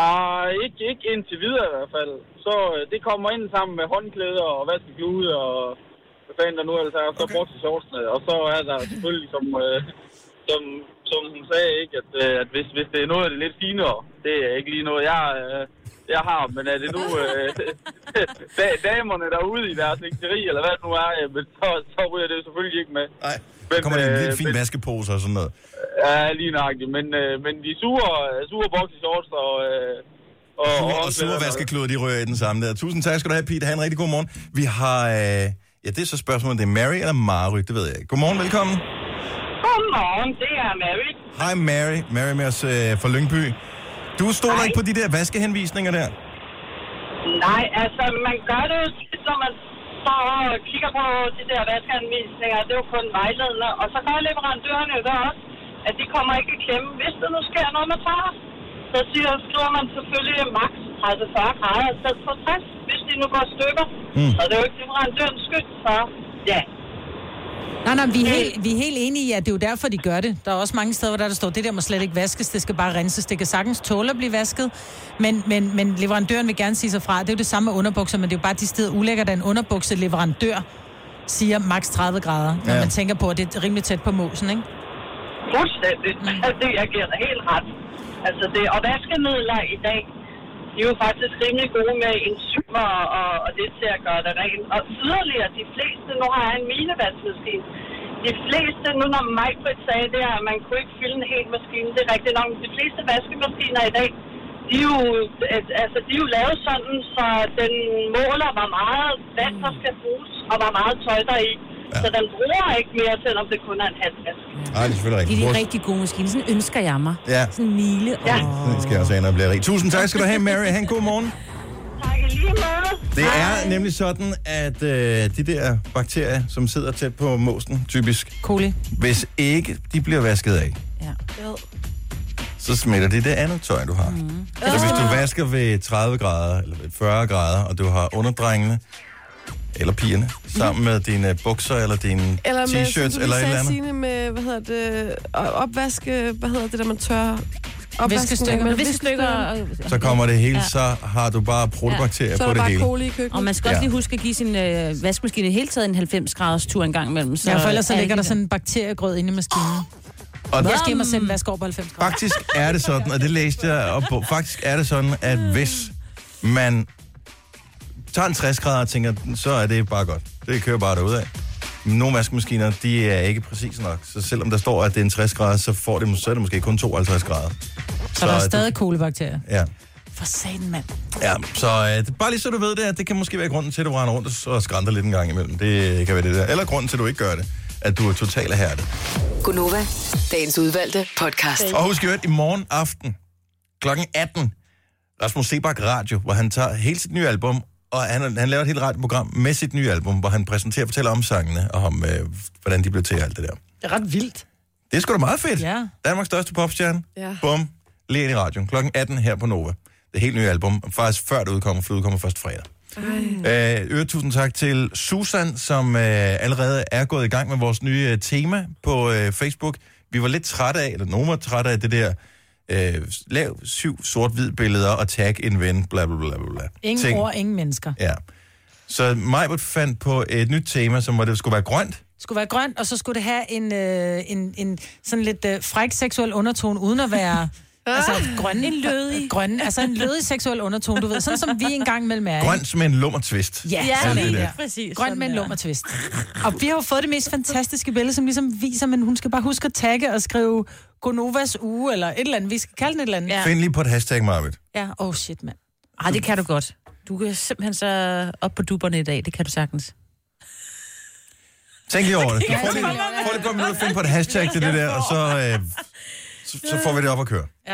Speaker 10: Nej, ikke, ikke indtil videre i hvert fald. Så øh, det kommer ind sammen med håndklæder og vaskeklude og hvad fanden der nu ellers er, og så okay. bort til shortsene. Og så er der selvfølgelig, som, øh, som, som hun sagde, ikke, at, øh, at hvis, hvis det er noget af det lidt finere, det er ikke lige noget, jeg, øh, jeg har, men er det nu øh, da- damerne derude i deres lingeri, eller hvad det nu er, øh, men så, så ryger det jo selvfølgelig ikke med.
Speaker 1: Nej,
Speaker 10: Men,
Speaker 1: kommer det en
Speaker 10: øh,
Speaker 1: lille fin
Speaker 10: men-
Speaker 1: vaskepose og sådan noget.
Speaker 10: Ja, lige nøjagtigt. Men, øh, men de sure, sure boxershorts og... Øh, og,
Speaker 1: Sure og sure vaskekluder, de rører i den samme der. Tusind tak skal du have, Pete. Ha' en rigtig god morgen. Vi har... Øh, ja, det er så spørgsmålet, om det er Mary eller Mary, det ved jeg ikke. Godmorgen, velkommen.
Speaker 9: Godmorgen, det er Mary.
Speaker 1: Hej Mary. Mary med os øh, fra Lyngby. Du stoler
Speaker 9: Hej.
Speaker 1: ikke på de der vaskehenvisninger der?
Speaker 9: Nej, altså, man gør det jo tit, når man står og kigger på de der vaskeanvisninger. Det er jo kun vejledende. Og så gør leverandørerne jo det også, at de kommer ikke i klemme. Hvis der nu sker noget med træer, så siger, skriver man selvfølgelig maks 30-40 grader, i stedet for 60, hvis de nu går i stykker.
Speaker 1: Mm.
Speaker 9: Mm. Og det er jo ikke leverandørens skyld, så ja.
Speaker 5: Nej, nej, vi er, helt, vi er helt enige i, at det er jo derfor, de gør det. Der er også mange steder, hvor der, der står, det der må slet ikke vaskes, det skal bare renses. Det kan sagtens tåle at blive vasket, men, men, men leverandøren vil gerne sige sig fra. Det er jo det samme med underbukser, men det er jo bare de steder ulækkert, at en underbukse leverandør siger maks 30 grader, når
Speaker 1: Ja.
Speaker 5: ja. man tænker på, at det er rimelig tæt på mosen, ikke?
Speaker 9: Fuldstændig. Det, jeg giver dig helt ret. Altså det, og vaskemidler i dag, de er jo faktisk rimelig gode med enzymer og, og det til at gøre det rent. Og yderligere, de fleste, nu har jeg en minevaskemaskine, de fleste, nu når Majbrit sagde det, at man kunne ikke fylde en hel maskine, det er rigtigt nok, men de fleste vaskemaskiner i dag, de er jo, at- altså, de er jo lavet sådan, så den måler, hvor meget vand, der skal bruges, og hvor meget tøj der er i.
Speaker 1: Ja.
Speaker 9: Ja. Så den bruger ikke mere, selvom det kun er en halvvask.
Speaker 1: Nej, det er selvfølgelig
Speaker 4: Det er
Speaker 1: rigtigt.
Speaker 4: de
Speaker 1: Vores-
Speaker 4: rigtig gode maskiner. Sådan ønsker jeg mig.
Speaker 1: Ja.
Speaker 4: Sådan en mile. Ja.
Speaker 1: Det skal jeg også have, når jeg bliver rig. Tusind tak skal du have, Mary. Ha' en god morgen.
Speaker 9: Tak i lige måde.
Speaker 1: Det er nemlig sådan, at øh, de der bakterier, som sidder tæt på mosen, typisk,
Speaker 5: Coli.
Speaker 1: hvis ikke de bliver vasket af,
Speaker 4: ja.
Speaker 1: så smitter det det andet tøj, du har. Mm. Så hvis du vasker ved 30 grader, eller ved 40 grader, og du har underdrengene, eller pigerne, sammen med dine bukser, eller dine
Speaker 3: Eller med, som
Speaker 1: t-shirts, eller
Speaker 3: du
Speaker 1: et
Speaker 3: lige
Speaker 1: eller
Speaker 3: sagde,
Speaker 1: andet.
Speaker 3: Signe, med, hvad hedder det, og- opvaske, hvad hedder det, der man tør
Speaker 5: Viskestykker.
Speaker 3: med
Speaker 2: Viskestykker.
Speaker 3: viskestykker.
Speaker 2: og-
Speaker 1: så kommer det øh, hele, så har du bare protbakterier
Speaker 3: Så er
Speaker 1: på
Speaker 3: der
Speaker 1: det
Speaker 3: bare
Speaker 1: hele.
Speaker 3: koli i køkkenet.
Speaker 4: Og man skal også
Speaker 1: Ja.
Speaker 4: lige huske at give sin øh, vaskemaskine i hele taget en 90-graders tur en gang imellem. Så
Speaker 5: Ja, for ellers så
Speaker 4: alle
Speaker 5: ligger
Speaker 4: de
Speaker 5: der sådan en bakteriegrød inde i maskinen.
Speaker 1: Og
Speaker 5: Hvad skal man sende vask over på 90 grader?
Speaker 1: Faktisk er det sådan, og det læste jeg op på, faktisk er det sådan, at hvis man tager en 60 grader og tænker, så er det bare godt. Det kører bare derudad. Nogle vaskemaskiner, de er ikke præcis nok. Så selvom der står, at det er en 60 grader, så, får det, så er det måske kun 52 grader. øh,
Speaker 5: Så der er
Speaker 1: det-
Speaker 5: stadig kolibakterier.
Speaker 1: Ja.
Speaker 5: For satan, mand.
Speaker 1: ja. Så øh, det- bare lige så du ved det, at det kan måske være grunden til, at du render rundt og s- og skrænter lidt en gang imellem. Det kan være det der. Eller grunden til, at du ikke gør det. At du er totalt hærdet.
Speaker 8: Gunova, dagens udvalgte podcast.
Speaker 1: Og husk jo, at i morgen aften kl. 18, Rasmus Sebak Radio, hvor han tager hele sit nye album, og han, han laver et helt radioprogram med sit nye album, hvor han præsenterer og fortæller om sangene, og om, øh, hvordan de blev til og alt det der.
Speaker 5: Det er ret vildt.
Speaker 1: Det er sgu da meget fedt.
Speaker 5: Ja.
Speaker 1: Danmarks største popstjerne.
Speaker 3: Ja.
Speaker 1: Bum. Lige ind i radioen. Klokken 18 her på Nova. Det helt nye album. Faktisk før det udkommer, for det udkommer først fredag. Øh, øvrigt, tusind tak til Susan, som øh, allerede er gået i gang med vores nye øh, tema på øh, Facebook. Vi var lidt trætte af, eller nogen var trætte af det der, øh, lav syv sort-hvid billeder og tag en ven, bla bla bla bla, bla.
Speaker 5: Ingen
Speaker 1: Ting.
Speaker 5: ord, ingen mennesker.
Speaker 1: Ja. Så Majbert fandt på et nyt tema, som var, det skulle være grønt.
Speaker 5: skulle være grønt, og så skulle det have en, øh, en, en sådan lidt øh, fræk seksuel undertone, uden at være altså,
Speaker 4: Ah.
Speaker 5: grøn. En lødig. Grøn, altså en lødig seksuel undertone, du ved. Sådan som vi engang mellem er. ikke?
Speaker 1: Grønt som en lummertvist.
Speaker 5: Ja,
Speaker 1: Er
Speaker 5: sådan
Speaker 1: det
Speaker 5: en,
Speaker 1: der.
Speaker 5: ja.
Speaker 2: Præcis,
Speaker 5: Grøn med en lummertvist. Og vi har jo fået det mest fantastiske billede, som ligesom viser, men hun skal bare huske at tagge og skrive Gonovas uge, eller et eller andet. Vi skal kalde den et eller andet. Ja.
Speaker 1: Find lige på et hashtag, Majbert.
Speaker 5: Ja, oh shit, mand.
Speaker 4: Ej, det kan du godt. Du er simpelthen så op på duberne i dag, det kan du sagtens.
Speaker 1: Tænk lige over det. Du får lige, får lige et godt minut at finde på et hashtag til det der, og så, øh, så, så får vi det op at køre.
Speaker 5: Ja.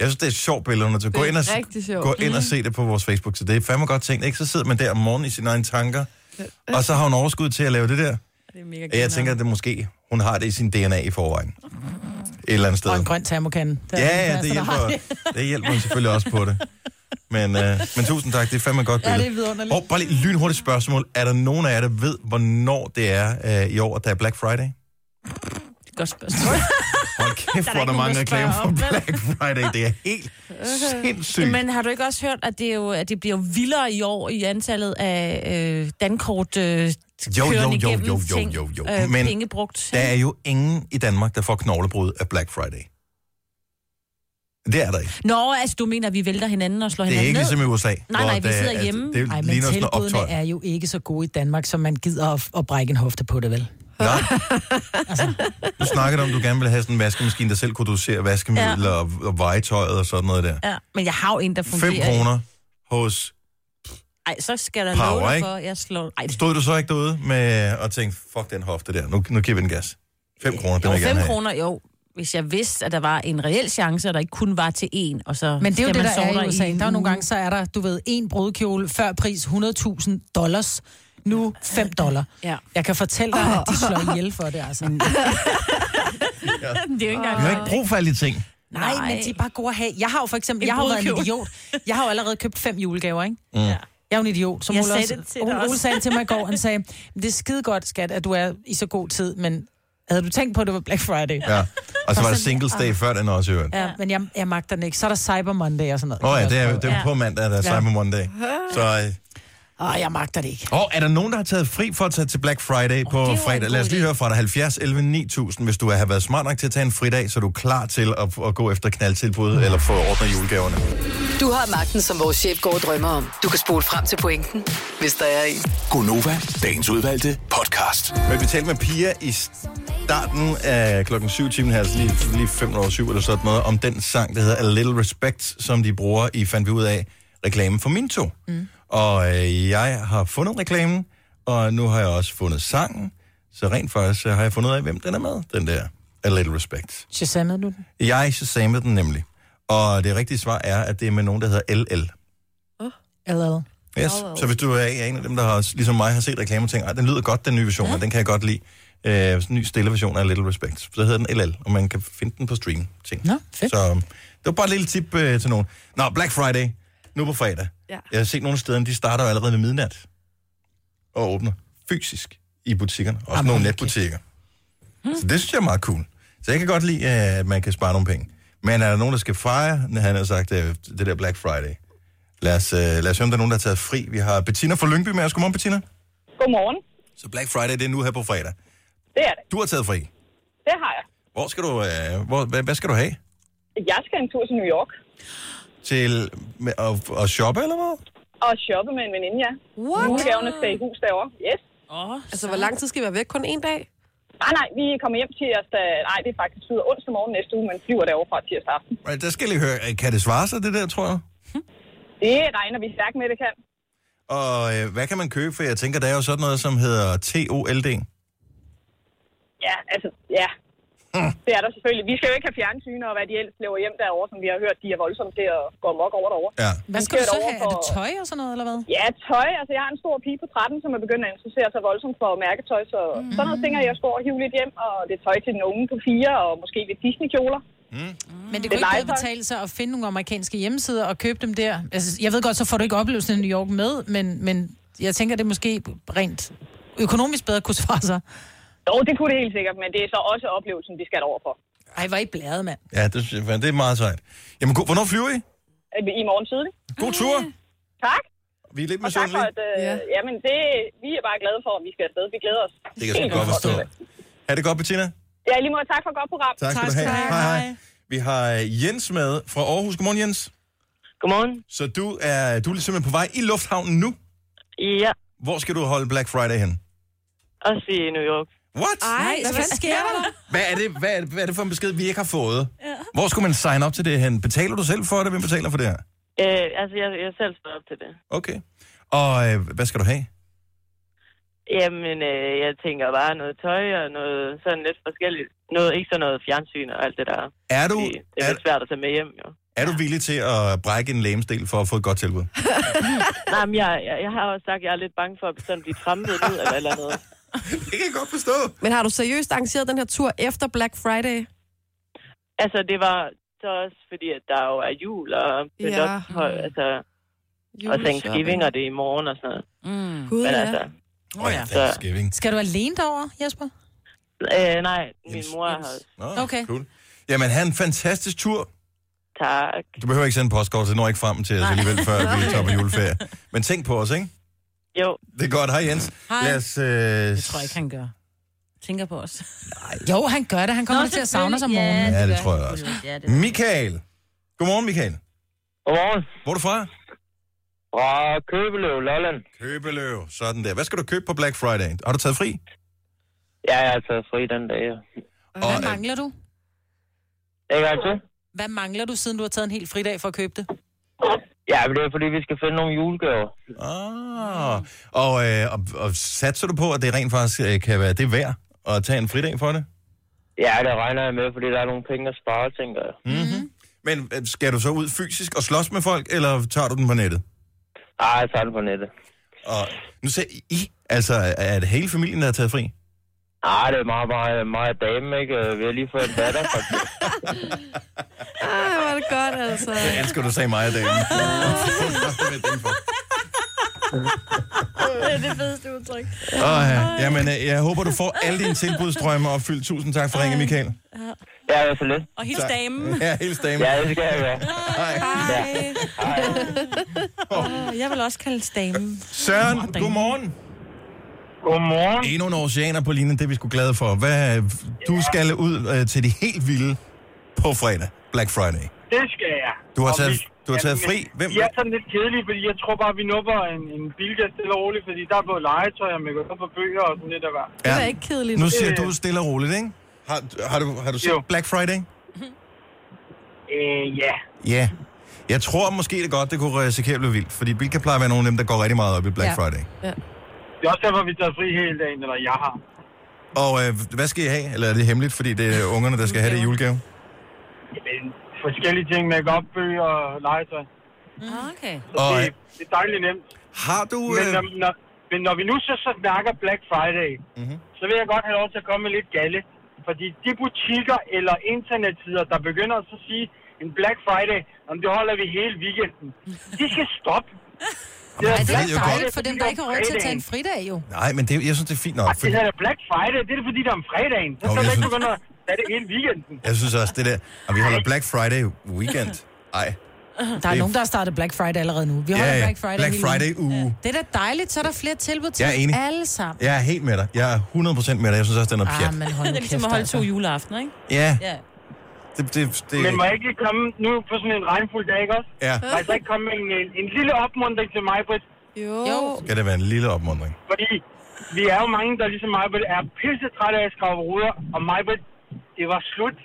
Speaker 1: Jeg synes, det er et sjovt billede, når du går
Speaker 3: er
Speaker 1: ind, og,
Speaker 3: rigtig sjovt.
Speaker 1: gå ind og se det på vores Facebook, så det er fandme godt tænkt. Ikke? Så sidder man der om morgenen i sine egne tanker, og så har hun overskud til at lave det der.
Speaker 2: Det er mega
Speaker 1: Jeg tænker, at det måske, hun har det i sin DNA i forvejen. Et eller andet sted.
Speaker 5: Og en grøn termokande. Der er
Speaker 1: Ja,
Speaker 5: den
Speaker 1: ja, det
Speaker 5: første, der har
Speaker 1: hjælper, det hjælper mig selvfølgelig også på det. Men, øh, men tusind tak, det er fandme et godt
Speaker 5: Ja, det
Speaker 1: billede.
Speaker 5: er vidunderligt.
Speaker 1: Og bare lige et lynhurtigt spørgsmål. Er der nogen af jer, der ved, hvornår det er øh, i år, at der er Black Friday?
Speaker 4: Godt spørgsmål.
Speaker 1: Hold kæft, hvor
Speaker 4: er
Speaker 1: er
Speaker 4: ikke
Speaker 1: der
Speaker 4: nogen,
Speaker 1: mange
Speaker 4: der
Speaker 1: reklamer
Speaker 4: spørger
Speaker 1: for
Speaker 4: om, vel?
Speaker 1: Black Friday. Det er helt sindssygt.
Speaker 4: Men har du ikke også hørt, at det, er jo, at det bliver jo vildere i år i antallet af øh, dankort øh,
Speaker 1: jo,
Speaker 4: kørende
Speaker 1: jo, jo,
Speaker 4: igennem
Speaker 1: jo, jo,
Speaker 4: ting,
Speaker 1: jo, jo.
Speaker 4: Øh,
Speaker 1: Men-
Speaker 4: Men penge brugt.
Speaker 1: Der er jo ingen i Danmark, der får knoglebrud af Black Friday. Det er der ikke.
Speaker 4: Nå, altså du mener, at vi vælter hinanden og slår
Speaker 1: Det er
Speaker 4: hinanden
Speaker 1: ikke
Speaker 4: ned?
Speaker 1: ligesom i USA.
Speaker 4: Nej, nej, vi
Speaker 1: der-
Speaker 4: sidder
Speaker 1: altså,
Speaker 4: hjemme.
Speaker 1: Det
Speaker 5: Ej,
Speaker 1: Ej,
Speaker 5: men
Speaker 1: ligner sådan noget
Speaker 5: tilbudene
Speaker 1: optøj.
Speaker 5: er jo ikke så gode i Danmark, som man gider at, at brække en hofte på det, vel?
Speaker 1: Du snakkede om, at du gerne ville have sådan en vaskemaskine, der selv kunne dosere vaskemiddel ja. og, og vejetøjet og sådan noget der.
Speaker 4: Ja, men jeg har jo en, der
Speaker 1: 5
Speaker 4: fungerer.
Speaker 1: kroner hos...
Speaker 4: Ej, så skal der
Speaker 1: Power,
Speaker 4: love dig
Speaker 1: ikke?
Speaker 4: for, at jeg slår... Ej,
Speaker 1: Stod du så ikke derude med og tænkte, fuck den hofte der, nu, nu giver vi den gas. 5 kroner, det vil
Speaker 4: jo,
Speaker 1: jeg gerne
Speaker 4: 5
Speaker 1: have.
Speaker 4: kroner, jo. Hvis jeg vidste, at der var en reel chance, og der ikke kun var til én, og så
Speaker 5: Men det er jo
Speaker 4: skal
Speaker 5: det,
Speaker 4: man
Speaker 5: der
Speaker 4: sove
Speaker 5: er i USA.
Speaker 4: en
Speaker 5: Der er jo nogle
Speaker 4: uge.
Speaker 5: gange, så er der, du ved, en brudkjole før pris 100.000 dollars. Nu 5 dollar.
Speaker 4: Ja.
Speaker 5: Jeg kan fortælle dig, at de slår ihjel for det, altså.
Speaker 4: Det er jo ikke engang...
Speaker 1: Vi har ikke brug for alle de ting. Mm.
Speaker 5: Nej,
Speaker 4: Nej.
Speaker 5: men de er bare gode at have. Jeg har jo for eksempel, jeg har jo været en
Speaker 4: brudekjole.
Speaker 5: idiot. Jeg har jo allerede købt fem julegaver, ikke? Mm. Jeg er jo en idiot, som
Speaker 4: Jeg
Speaker 5: Ole,
Speaker 4: sagde
Speaker 5: også,
Speaker 4: det til dig
Speaker 5: Ole, Ole
Speaker 4: også.
Speaker 5: sagde til mig i går. Han sagde, det er skide godt, skat, at du er i så god tid, men havde du tænkt på, at det var Black Friday?
Speaker 1: Ja. Og så var der singles
Speaker 4: Ah.
Speaker 1: day før den også, i øvrigt.
Speaker 5: Ja, men jeg, jeg magter den ikke. Så er der Cyber Monday og sådan noget.
Speaker 1: Nå ja, det er,
Speaker 5: det.
Speaker 1: det er på mandag, der er
Speaker 5: Ja.
Speaker 1: Cyber Monday. Så, øh.
Speaker 5: Åh, jeg magter det ikke.
Speaker 1: Og er der nogen, der har taget fri for at tage til Black Friday oh, på fredag? Lad os lige høre fra dig. 70 11 9000, hvis du har været smart nok til at tage en fridag, så du er klar til at, at gå efter knaldtilbud eller få ordnet julegaverne.
Speaker 8: Du har magten, som vores chef går og drømmer om. Du kan spole frem til pointen, hvis der er en.
Speaker 7: Gonova, dagens udvalgte podcast.
Speaker 1: Men vi talte med Pia i starten af klokken 7 timen her, altså lige, lige 5 over 7 eller sådan noget, om den sang, der hedder A Little Respect, som de bruger i, fandt vi ud af, reklamen for Minto. Mm. Og øh, jeg har fundet reklamen, og nu har jeg også fundet sangen, så rent faktisk øh, har jeg fundet ud af, hvem den er med, den der A Little Respect.
Speaker 5: Shazammede du den?
Speaker 1: Jeg shazamed den nemlig. Og det rigtige svar er, at det er med nogen, der hedder LL.
Speaker 5: Eller
Speaker 1: Yes. Så hvis du er en af dem, der har, ligesom mig har set reklamer og tænker, "Ej, den lyder godt, den nye version, ja. og den kan jeg godt lide. Øh, sådan en ny stille version af Little Respect. Så hedder den LL, og man kan finde den på stream. Ting.
Speaker 5: Nå, fedt.
Speaker 1: Så øh, det var bare et lille tip øh, til nogen. Nå, Black Friday, nu på fredag.
Speaker 3: Ja.
Speaker 1: Jeg har set nogle steder, de starter jo allerede ved midnat og åbner fysisk i butikkerne. Også Jamen, nogle netbutikker. Så det synes jeg er meget cool. Så jeg kan godt lide, øh, at man kan spare nogle penge. Men er der nogen, der skal fejre, når han har sagt, øh, det der Black Friday? Lad os, øh, lad os høre, om der er nogen, der er taget fri. Vi har Bettina fra Lyngby med os. Godmorgen, Bettina.
Speaker 9: Godmorgen.
Speaker 1: Så Black Friday, det er nu her på fredag.
Speaker 9: Det er det.
Speaker 1: Du har taget fri.
Speaker 9: Det har jeg.
Speaker 1: Hvor skal du, øh, hvor, hvad, hvad skal du have?
Speaker 9: Jeg skal en tur til New York
Speaker 1: Til med, at, at shoppe, eller hvad?
Speaker 9: og shoppe med en veninde, ja.
Speaker 2: What?
Speaker 9: Julegaverne skal i hus derovre. Yes. Ah,
Speaker 4: Åh,
Speaker 3: Altså, hvor lang tid skal vi være væk? Kun en dag?
Speaker 9: Nej, nej, vi kommer hjem tirsdag. Nej, det er faktisk tirsdag onsdag morgen næste uge, men flyver derovre fra tirsdag aften.
Speaker 1: Men Der skal jeg lige høre, øh, kan det svare sig, det der, tror jeg?
Speaker 9: Det regner vi stærkt med, det kan.
Speaker 1: Og øh, hvad kan man købe? For jeg tænker, der er jo sådan noget, som hedder TOLD.
Speaker 9: Ja, altså, ja. Det er der selvfølgelig. Vi skal jo ikke have fjernsyn og hvad de ellers laver hjem derovre, som vi har hørt, de er voldsomme til at gå mok over derovre.
Speaker 1: Ja.
Speaker 5: Hvad skal du så have? Er det tøj og sådan noget, eller hvad?
Speaker 9: Ja, tøj. Altså, jeg har en stor pige på 13, som er begyndt at interessere sig voldsomt for mærketøj, så mm. sådan noget ting, er jeg står og hiver lidt hjem, og det er tøj til den unge på 4, og måske lidt Disney-kjoler.
Speaker 5: Mm. Men det
Speaker 11: Det er
Speaker 5: kunne ikke
Speaker 11: legetøj.
Speaker 5: betale sig at finde nogle amerikanske hjemmesider og købe dem der. Altså, jeg ved godt, så får du ikke oplevelsen i New York med, men, men jeg tænker, det måske rent økonomisk bedre kunne svare sig.
Speaker 11: Jo, det kunne det helt sikkert, men det er så også oplevelsen, vi skal over for.
Speaker 5: Ej, hvor I blæret, mand.
Speaker 1: Ja, det, synes jeg fandme, det er meget sejt. Jamen, god, hvornår flyver I?
Speaker 9: Øh,
Speaker 11: I morgen tidlig.
Speaker 1: God tur.
Speaker 11: Tak.
Speaker 1: Vi er lidt
Speaker 11: Og tak for,
Speaker 1: misundelige.
Speaker 11: at øh, ja. jamen det, vi er bare glade for, at vi skal afsted. Vi glæder os.
Speaker 1: Det kan jeg sgu godt forstå. Ha' det godt, Bettina.
Speaker 11: Ja, lige måde. Tak for et godt program.
Speaker 1: Tak skal du have. Hej, hej. Vi har øh, Jens med fra Aarhus. Godmorgen, Jens.
Speaker 12: Godmorgen.
Speaker 1: Så du er, du er simpelthen på vej i lufthavnen nu?
Speaker 12: Ja.
Speaker 1: Hvor skal du holde Black Friday hen?
Speaker 12: Også i New York.
Speaker 1: What?
Speaker 12: Ej,
Speaker 5: hvad fanden sker der?
Speaker 1: Hvad er, det, hvad, er det, hvad er det for en besked, vi ikke har fået? Ja. Hvor skulle man sign op til det hen? Betaler du selv for det? Hvem betaler for det her?
Speaker 12: Øh, altså, jeg, jeg selv står op til det.
Speaker 1: Okay. Og øh, hvad skal du have?
Speaker 12: Jamen, øh, jeg tænker bare noget tøj og noget sådan lidt forskelligt. Noget, ikke sådan noget fjernsyn og alt det der.
Speaker 1: Er du-
Speaker 12: Fordi Det er, lidt svært at tage med hjem, jo.
Speaker 1: Er du villig til at brække en lægemsdel for at få et godt tilbud?
Speaker 12: Nej, men jeg, jeg, jeg har også sagt, at jeg er lidt bange for at sådan blive trampet ned eller eller noget.
Speaker 1: Det kan jeg godt forstå.
Speaker 3: Men har du seriøst arrangeret den her tur efter Black Friday?
Speaker 12: Altså, det var så også fordi, at der jo er jul og
Speaker 3: Ja.
Speaker 12: ja. altså, og
Speaker 5: Juleshopping.
Speaker 12: Thanksgiving, og det er i morgen og sådan noget.
Speaker 5: Mm. Gud,
Speaker 12: men
Speaker 5: ja.
Speaker 12: altså,
Speaker 1: oh, ja.
Speaker 12: så,
Speaker 5: Skal du alene derover, Jesper?
Speaker 12: øh, nej, min mor er her.
Speaker 1: Nå, okay. Cool. Jamen, have en fantastisk tur.
Speaker 12: Tak.
Speaker 1: Du behøver ikke sende en postkort, så det når ikke frem til os alligevel, før vi tager på juleferie. Men tænk på os, ikke?
Speaker 12: Jo.
Speaker 1: Det er godt. Hej, Jens.
Speaker 4: Hej.
Speaker 1: Lad os, øh,
Speaker 4: Det tror jeg ikke, han gør. Tænker på os.
Speaker 5: Jo, han gør det. Han kommer til at savne os om morgenen.
Speaker 1: Ja, det, tror jeg også.
Speaker 4: Ja, det
Speaker 1: Michael. Godmorgen, Michael.
Speaker 13: Godmorgen.
Speaker 1: Hvor er du fra?
Speaker 13: Fra Købeløv, Lolland.
Speaker 1: Købeløv, sådan der. Hvad skal du købe på Black Friday? Har du taget fri?
Speaker 13: Ja, jeg har taget fri den dag. ja.
Speaker 5: Hvad mangler du?
Speaker 13: Ikke altid?
Speaker 5: Hvad mangler du, siden du har taget en hel fridag for at købe det?
Speaker 13: Ja, men det er fordi, vi skal finde nogle julegaver.
Speaker 1: Ah, og, øh, og, og satser du på, at det rent faktisk øh, kan være det værd at tage en fridag for det?
Speaker 13: Ja, det regner jeg med, fordi der er nogle penge at spare, tænker jeg.
Speaker 1: Mm-hmm. Men øh, skal du så ud fysisk og slås med folk, eller tager du den på nettet?
Speaker 13: Nej, jeg tager den på nettet.
Speaker 1: Og nu ser I, altså er det hele familien, der har taget fri?
Speaker 13: Nej, det er meget, meget, meget dame, ikke? Øh, Vi har lige fået en datter, faktisk.
Speaker 3: Ej, hvor er det godt, altså.
Speaker 1: Jeg elsker, du sagde mig i dag.
Speaker 14: det er det fedeste udtryk.
Speaker 1: Oh, ja. Jamen, øh, jeg håber, du får alle dine tilbudstrømme opfyldt. Tusind tak for ringe, Michael.
Speaker 13: Ja, jeg er så lidt.
Speaker 4: Og hils damen.
Speaker 1: Ja, hils damen.
Speaker 13: Ja, det skal jeg være.
Speaker 4: Hej. Åh, Jeg vil også kalde damen.
Speaker 1: Søren, godmorgen.
Speaker 13: Godmorgen.
Speaker 1: Endnu en oceaner på linjen, det er vi sgu glade for. Hvad, du skal ud øh, til de helt vilde på fredag, Black Friday.
Speaker 15: Det skal jeg.
Speaker 1: Du har
Speaker 15: Og
Speaker 1: taget-
Speaker 15: vi-
Speaker 1: du har taget
Speaker 15: Jamen,
Speaker 1: fri. Hvem-
Speaker 15: Jeg er sådan lidt kedelig, fordi jeg tror bare, vi nupper en, en bilgas stille og roligt, fordi der er både legetøj, og man går på bøger og sådan lidt af hver.
Speaker 1: Det er ikke
Speaker 3: kedeligt.
Speaker 1: Nu siger
Speaker 15: Øh,
Speaker 1: du stille og roligt, ikke? Har, har, du, har du set
Speaker 15: Jo.
Speaker 1: Black Friday?
Speaker 15: Øh, ja.
Speaker 1: Ja. Jeg tror måske det godt, det kunne øh, risikere at blive vildt, fordi Bilka plejer at være nogle af dem, der går rigtig meget op i Black
Speaker 15: Ja.
Speaker 1: Friday.
Speaker 3: Ja.
Speaker 15: Det er også derfor, vi tager fri hele dagen, eller jeg har.
Speaker 1: Og øh, hvad skal I have? Eller er det hemmeligt, fordi det er ungerne, der skal have det i julegave?
Speaker 15: Jamen, forskellige ting, make-up, bøger og legetøj.
Speaker 4: Okay.
Speaker 1: Og,
Speaker 15: det,
Speaker 1: øh,
Speaker 15: det er dejligt nemt.
Speaker 1: Har du...
Speaker 15: Men
Speaker 1: øh,
Speaker 15: når, når, men når vi nu så, så snakker Black Friday,
Speaker 1: Mhm.
Speaker 15: så vil jeg godt have lov til at komme med lidt galle. Fordi de butikker eller internetsider, der begynder at så sige en Black Friday, om det holder vi hele weekenden, de skal stoppe. Det
Speaker 5: Ja, det er
Speaker 1: ved jo
Speaker 5: ikke
Speaker 1: godt.
Speaker 5: dejligt for dem, der ikke har råd til at tage en fridag, jo.
Speaker 1: Nej, men det, er- jeg synes, det er fint nok.
Speaker 15: Det hedder da Black Friday, det er da fordi, der er om fredagen. Så
Speaker 1: Nå,
Speaker 15: kan
Speaker 1: jeg
Speaker 15: man ikke
Speaker 1: synes-
Speaker 15: begynde at tage det hele weekenden.
Speaker 1: Jeg synes også, det der... Og vi holder Black Friday weekend. Ej.
Speaker 5: Der er
Speaker 1: Det-
Speaker 5: nogen, der har startet Black Friday allerede nu. Vi
Speaker 1: Ja,
Speaker 5: holder
Speaker 1: ja.
Speaker 5: Black Friday.
Speaker 1: Black
Speaker 5: hele
Speaker 1: Friday
Speaker 5: ugen.
Speaker 1: uge.
Speaker 5: Det er da dejligt, så er der flere tilbud til
Speaker 1: Jeg er enig.
Speaker 5: alle sammen.
Speaker 1: Jeg er helt med dig. Jeg er 100% med dig. Jeg synes også, den er pjat.
Speaker 5: Ah, men
Speaker 4: Det
Speaker 5: hold
Speaker 4: er
Speaker 5: nu
Speaker 4: ligesom
Speaker 5: kæft,
Speaker 4: at holde
Speaker 5: altså.
Speaker 4: to juleaftener, ikke?
Speaker 1: Ja.
Speaker 4: ja.
Speaker 1: Det, det, det,
Speaker 15: Men må jeg ikke lige komme nu på sådan en regnfuld dag, ikke også?
Speaker 1: Ja.
Speaker 15: Må jeg så ikke komme med en, en, en lille opmundring til mig, Britt?
Speaker 3: jo.
Speaker 1: Skal det være en lille opmuntring?
Speaker 15: Fordi vi er jo mange, der ligesom mig, er pissetrætte af at skrabe ruder. Og mig, det var slut.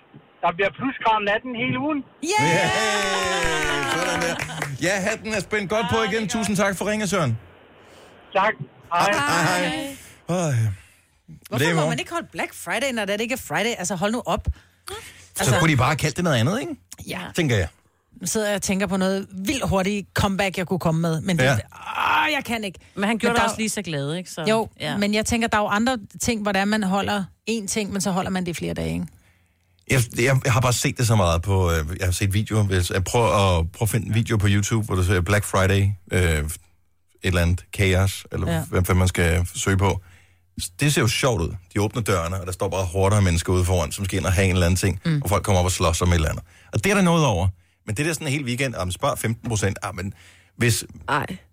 Speaker 15: Der bliver plusgrader om natten hele ugen.
Speaker 1: Yeah! yeah! Sådan der. Ja, hatten er spændt godt
Speaker 5: Ah,
Speaker 1: på igen. Tusind tak for ringet, Søren.
Speaker 15: Tak. Hej.
Speaker 1: Hej. Øj. Det er i
Speaker 5: Hvorfor må
Speaker 1: morgen.
Speaker 5: man ikke holde Black Friday, når det ikke er Friday? Altså, hold nu op. Altså,
Speaker 1: Så kunne de bare kalde det noget andet, ikke?
Speaker 5: Ja.
Speaker 1: Tænker jeg.
Speaker 5: Nu sidder jeg og tænker på noget vildt hurtigt comeback, jeg kunne komme med. Men det,
Speaker 1: Ja.
Speaker 5: ja. åh, jeg kan ikke.
Speaker 4: Men han gjorde
Speaker 5: Men
Speaker 4: dig
Speaker 5: der-
Speaker 4: også lige så glad, ikke? Så,
Speaker 5: Jo,
Speaker 4: ja.
Speaker 5: ja. men jeg tænker, der er jo andre ting, hvordan man holder én ting, men så holder man det i flere dage, ikke?
Speaker 1: Jeg, jeg, jeg har bare set det så meget på... Øh, jeg har set videoer. Hvis, jeg prøver at, prøv at finde en video på YouTube, hvor du ser Black Friday, øh, et eller andet kaos, eller
Speaker 14: Ja.
Speaker 1: ja. hvad, hvad man skal søge på. Det ser jo sjovt ud. De åbner dørene, og der står bare hårdere mennesker ude foran, som skal ind og have en eller anden ting,
Speaker 14: Mm.
Speaker 1: mm. og folk kommer op og slås om et eller andet. Og det er der noget over. Men det der sådan en hel weekend, ah, men spar 15 procent. Ah, men hvis,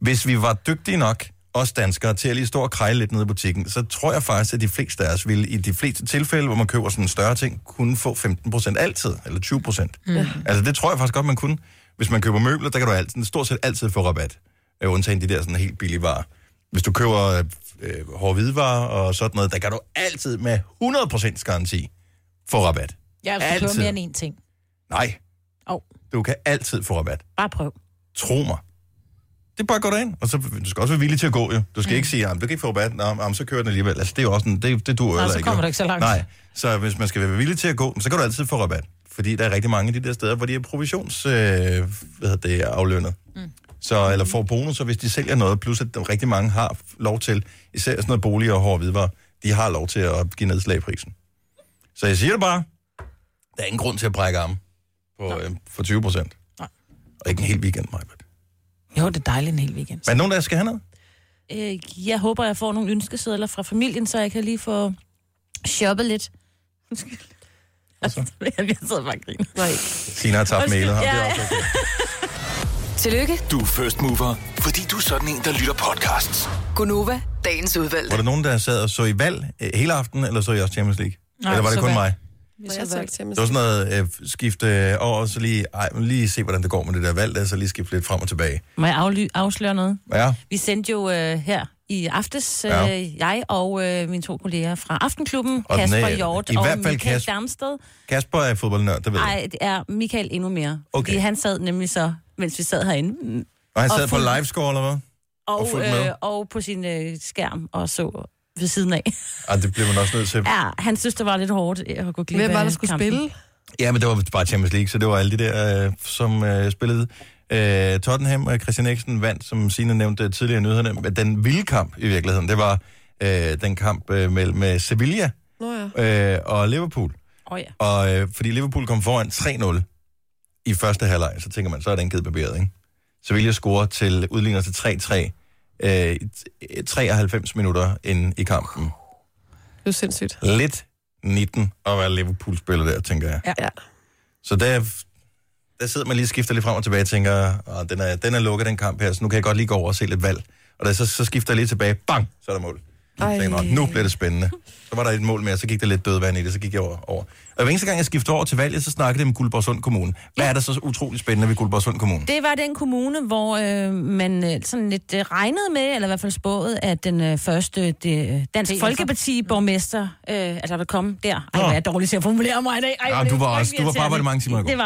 Speaker 1: hvis vi var dygtige nok, os danskere, til at lige stå og krejle lidt nede i butikken, så tror jeg faktisk, at de fleste af os ville i de fleste tilfælde, hvor man køber sådan en større ting, kunne få 15% altid, eller 20%. Mm. Altså det tror jeg faktisk godt, man kunne. Hvis man køber møbler, der kan du altid, stort set altid få rabat, øh, undtagen de der sådan helt billige varer. Hvis du køber øh, øh, hårde hvidevarer og sådan noget, der kan du altid med 100% garanti få rabat.
Speaker 5: Jeg har købt
Speaker 1: Altid.
Speaker 5: mere end én ting.
Speaker 1: Nej.
Speaker 5: Åh.
Speaker 1: Du kan altid få rabat.
Speaker 5: Bare prøv.
Speaker 1: Tro mig. Det er bare at gå derind. Og så, du skal også være villig til at gå, jo. Du skal mm. ikke sige, at du kan ikke få rabat, Nå, jamen, så kører den alligevel. Altså, det er jo også sådan, det, det duer jo
Speaker 5: Nej,
Speaker 1: heller
Speaker 5: så
Speaker 1: ikke.
Speaker 5: kommer
Speaker 1: jo.
Speaker 5: du ikke så langt.
Speaker 1: Nej, så hvis man skal være villig til at gå, så kan du altid få rabat. Fordi der er rigtig mange af de der steder, hvor de er provisions, øh, hvad hedder det, aflønnet. Mm. Så, eller får bonusser, hvis de sælger noget, plus at der rigtig mange har lov til, især sådan noget bolig og hårde hvidevarer, de har lov til at give nedslag i prisen. Så jeg siger det bare, der er ingen grund til at brække arme på, øh, for 20 procent. Og ikke en hel weekend, Maja.
Speaker 5: Jo, det er dejligt en hel weekend.
Speaker 1: Men nogen, der skal have noget?
Speaker 4: Øh, jeg håber, jeg får nogle ønskesedler fra familien, så jeg kan lige få shoppet lidt. Undskyld. Altså, jeg sidder bare og griner.
Speaker 1: Sina har tabt mailet. ham. Det er også okay.
Speaker 8: Tillykke,
Speaker 7: Du er first mover, fordi du er sådan en, der lytter podcasts.
Speaker 8: Gunova, dagens udvalgte.
Speaker 1: Var der nogen, der sad og så i valg øh, hele aftenen, eller så I også Champions League?
Speaker 8: Nej,
Speaker 1: eller var det
Speaker 8: så
Speaker 1: kun
Speaker 8: valg.
Speaker 1: mig?
Speaker 3: Vi skal være til
Speaker 1: Det var sådan noget øh, skifte over, og så lige, ej, men lige se, hvordan det går med det der valg, der, så lige skifte lidt frem og tilbage.
Speaker 4: Må jeg afly- afsløre noget?
Speaker 1: Ja,
Speaker 4: Vi sendte jo øh, her i aftes, øh,
Speaker 1: Ja.
Speaker 4: jeg og øh, mine to kolleger fra Aftenklubben,
Speaker 1: Og den
Speaker 4: Kasper
Speaker 1: er-
Speaker 4: Hjort
Speaker 1: i
Speaker 4: og
Speaker 1: hvert fald
Speaker 4: Michael
Speaker 1: Kas-
Speaker 4: Damsted.
Speaker 1: Kasper er fodboldnørd, det ved jeg.
Speaker 4: Nej, det er Michael endnu mere.
Speaker 1: Okay.
Speaker 4: Fordi han sad nemlig så, mens vi sad herinde. mm,
Speaker 1: Og han sad på
Speaker 4: fulgte-
Speaker 1: livescore, eller hvad?
Speaker 4: og,
Speaker 1: og fulgte
Speaker 4: og,
Speaker 1: med.
Speaker 4: øh, og på sin øh, skærm og så ved siden af.
Speaker 1: Ej, det bliver man også nødt til.
Speaker 4: ja, han synes, det var lidt hårdt at gå glip
Speaker 3: Hvem var
Speaker 4: af
Speaker 3: der skulle
Speaker 4: kampen.
Speaker 3: spille?
Speaker 1: Ja, men det var bare Champions League, så det var alle de der, øh, som øh, spillede. Øh, Tottenham og Christian Eriksen vandt, som Signe nævnte tidligere i nyhederne, men den vilde kamp i virkeligheden, det var øh, den kamp øh, mellem øh, Sevilla
Speaker 3: Nå ja.
Speaker 1: øh, og Liverpool.
Speaker 4: Åh oh, ja.
Speaker 1: Og øh, fordi Liverpool kom foran 3-0 i første halvleg, så tænker man, så er den givet barberet, ikke? Sevilla scorer til, udligner til 3-3, øh, i 93 minutter inde i kampen.
Speaker 3: Det er jo sindssygt.
Speaker 1: Lidt 19 at være Liverpool-spiller der, tænker jeg.
Speaker 3: Ja.
Speaker 1: Så der, der sidder man lige og skifter lidt frem og tilbage og tænker, "Åh, den er, den er lukket, den kamp her, så nu kan jeg godt lige gå over og se lidt valg. Og da, så, så skifter jeg lige tilbage, bang, så er der mål. Så tænker jeg, "Nå, nu bliver det spændende. Så var der et mål mere, så gik der lidt dødvand i det, så gik jeg over. over. Og hver eneste gang, jeg skifter over til valget, så snakker det med Guldborgsund Kommune. Hvad er der så utrolig spændende ved Guldborgsund Kommune?
Speaker 4: Det var den kommune, hvor øh, man øh, sådan lidt øh, regnede med, eller i hvert fald spåede, at den øh, første det, øh, Dansk
Speaker 5: DF'er.
Speaker 4: Folkeparti-borgmester, øh, altså vil komme der. Ej, hvor er jeg dårlig til at formulere mig i dag. Ej,
Speaker 1: Ja,
Speaker 4: hvor er det
Speaker 1: du var
Speaker 4: frygtelig
Speaker 1: også- du var på arbejde
Speaker 4: irriterende.
Speaker 1: mange timer i går.
Speaker 4: Det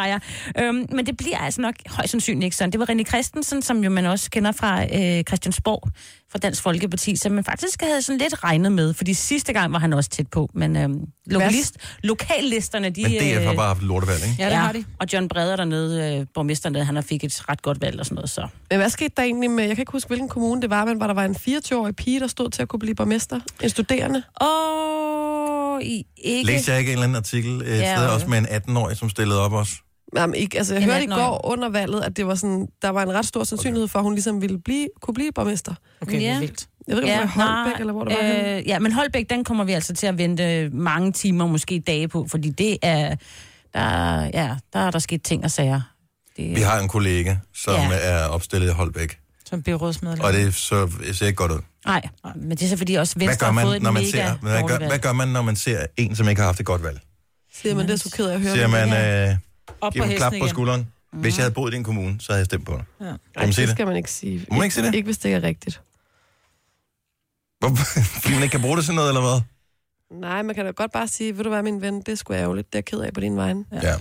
Speaker 4: var jeg. Øhm, men det bliver altså nok højst sandsynligt ikke sådan. Det var René Christensen, som jo man også kender fra øh, Christiansborg, fra Dansk Folkeparti, som man faktisk havde sådan lidt regnet med, fordi sidste gang var han også tæt på. Men øh, lokalist, lokallisterne, de...
Speaker 1: Men DF har
Speaker 4: øh,
Speaker 1: bare haft lortevalg, ikke?
Speaker 4: Ja, det har de. Og John Breder dernede, øh, borgmesteren dernede, han har fik et ret godt valg og sådan noget, så...
Speaker 3: Men hvad skete der egentlig med, jeg kan ikke huske, hvilken kommune det var, men var der var en 24-årig pige, der stod til at kunne blive borgmester? En studerende?
Speaker 4: Åh, I ikke.
Speaker 1: Læste jeg ikke en eller anden artikel øh, et
Speaker 3: Ja,
Speaker 1: ja, sted
Speaker 3: okay.
Speaker 1: også med en 18-årig, som stillede op også?
Speaker 3: Jamen, ikke, altså, jeg
Speaker 4: En
Speaker 3: hørte i
Speaker 4: 18-årig.
Speaker 3: går under valget, at det var sådan, der var en ret stor sandsynlighed for, at hun ligesom ville blive, kunne blive borgmester.
Speaker 4: Okay, det er Ja. vildt.
Speaker 3: Jeg ved ikke, om det var i Holbæk,
Speaker 4: nej,
Speaker 3: eller hvor det var henne.
Speaker 4: øh, Ja, men Holbæk, den kommer vi altså til at vente mange timer, måske dage på, fordi det er... Der, ja, der er der sket ting og sager.
Speaker 1: Vi har en kollega, som
Speaker 4: Ja.
Speaker 1: ja. er opstillet i Holbæk,
Speaker 5: Som byrådsmedlem.
Speaker 1: og det så, ser ikke godt ud.
Speaker 4: Nej, men det er så fordi også
Speaker 1: Hvad
Speaker 4: Venstre
Speaker 1: gør,
Speaker 4: har fået
Speaker 1: man,
Speaker 4: et
Speaker 1: når man
Speaker 4: mega
Speaker 1: ser, hvad,
Speaker 4: dårligt
Speaker 1: gør,
Speaker 4: valg.
Speaker 1: hvad gør man, når man ser en, som ikke har haft et godt valg?
Speaker 3: Siger man, det er så ked af at høre.
Speaker 1: Siger man, øh,
Speaker 3: Op
Speaker 1: giver
Speaker 3: på
Speaker 1: dem en klap
Speaker 3: hesten
Speaker 1: på
Speaker 3: igen.
Speaker 1: skulderen. Hvis jeg
Speaker 4: Mm.
Speaker 1: havde boet i din kommune, så havde jeg stemt på dig.
Speaker 3: Ja.
Speaker 1: Kan man sige
Speaker 3: det
Speaker 1: det?
Speaker 3: skal man ikke sige.
Speaker 1: Må man ikke sige det?
Speaker 3: Ikke hvis det ikke er rigtigt.
Speaker 1: Hvorfor? Fordi man ikke kan bruge det til noget, eller hvad?
Speaker 3: Nej, man kan da godt bare sige, ved du hvad, min ven, det er sgu ærgerligt, det er jeg ked af på din vegne.
Speaker 1: Ja.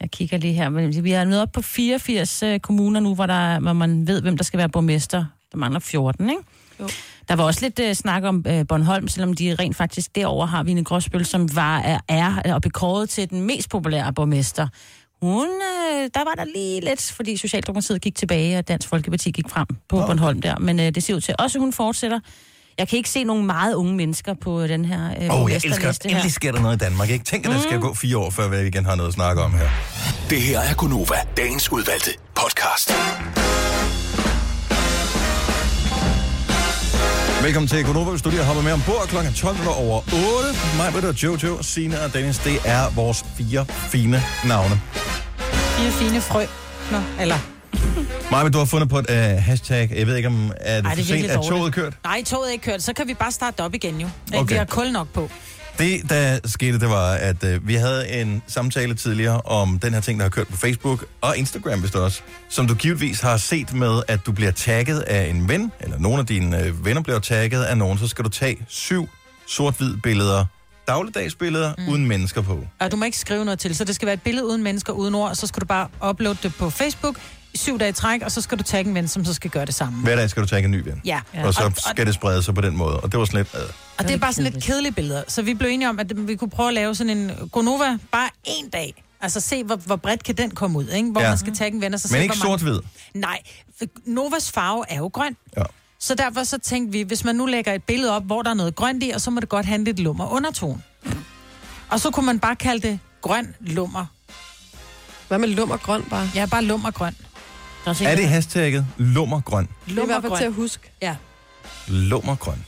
Speaker 4: Jeg kigger lige her. men Vi er nået op på 84 øh, kommuner nu, hvor, der, hvor man ved, hvem der skal være borgmester. Der mangler 14, ikke?
Speaker 3: Jo.
Speaker 4: Der var også lidt øh, snak om øh, Bornholm, selvom de rent faktisk derover har Vine Gråsbøl, som var, er, er og bekåret til den mest populære borgmester. Hun, øh, der var der lige lidt, fordi Socialdemokratiet gik tilbage, og Dansk Folkeparti gik frem på Bornholm der. Men øh, det ser ud til, også hun fortsætter. Jeg kan ikke se nogen meget unge mennesker på den her øh,
Speaker 1: Åh, oh, jeg
Speaker 4: borgmesterliste
Speaker 1: elsker,
Speaker 4: her.
Speaker 1: endelig sker der noget i Danmark. Ikke? Tænk, at der skal gå fire år, før vi igen har noget at snakke om her.
Speaker 7: Det her er Gunova, dagens udvalgte podcast.
Speaker 1: Velkommen til Konoba, hvis du lige har hoppet med ombord kl. 12 minutter over 8. Mig, Britt og Jojo, Sina og Dennis, det er vores fire fine navne.
Speaker 5: Fire fine frø. Nå, eller...
Speaker 1: Maja, du har fundet på et uh, hashtag. Jeg ved ikke, om er det, Ej, det
Speaker 5: Ej,
Speaker 1: for sent,
Speaker 5: virkelig
Speaker 1: at
Speaker 5: dårligt.
Speaker 1: toget er kørt?
Speaker 5: Nej, toget er ikke kørt. Så kan vi bare starte op igen jo. Okay.
Speaker 1: Okay.
Speaker 5: Vi har kul nok på.
Speaker 1: Det, der skete, det var, at øh, vi havde en samtale tidligere om den her ting, der har kørt på Facebook og Instagram, hvis du også, som du givetvis har set med, at du bliver tagget af en ven, eller nogle af dine øh, venner bliver tagget af nogen, så skal du tage syv sort-hvid billeder, dagligdagsbilleder, mm. uden mennesker på.
Speaker 5: Og du må ikke skrive noget til, så det skal være et billede uden mennesker, uden ord, så skal du bare uploade det på Facebook i syv dage i træk, og så skal du tagge en ven, som så skal gøre det samme.
Speaker 1: Hver dag skal du tage en ny ven.
Speaker 5: Ja.
Speaker 1: Og så
Speaker 5: Og- og-
Speaker 1: skal det sprede sig på den måde, og det var sådan lidt... Øh.
Speaker 5: Og det er bare sådan lidt kedelige billeder. Så vi blev enige om, at vi kunne prøve at lave sådan en Gonova bare en dag. Altså se, hvor, hvor bredt kan den komme ud, ikke? Hvor
Speaker 1: Ja.
Speaker 5: ja. man skal tagge en ven, og så se,
Speaker 1: Men ikke
Speaker 5: hvor mange-
Speaker 1: sort-hvid.
Speaker 5: Nej, for Novas farve er jo grøn. Ja. Så derfor så tænkte vi, hvis man nu lægger et billede op, hvor der er noget grønt i, og så må det godt have en lidt lummer undertone. Og så kunne man bare kalde det grøn lummer.
Speaker 3: Hvad med lummer grøn bare?
Speaker 5: Ja, bare lummer grøn.
Speaker 1: Er det hashtagget lummergrøn?
Speaker 5: Det er i hvert fald til at
Speaker 3: huske.
Speaker 5: Ja.
Speaker 1: Lummergrøn.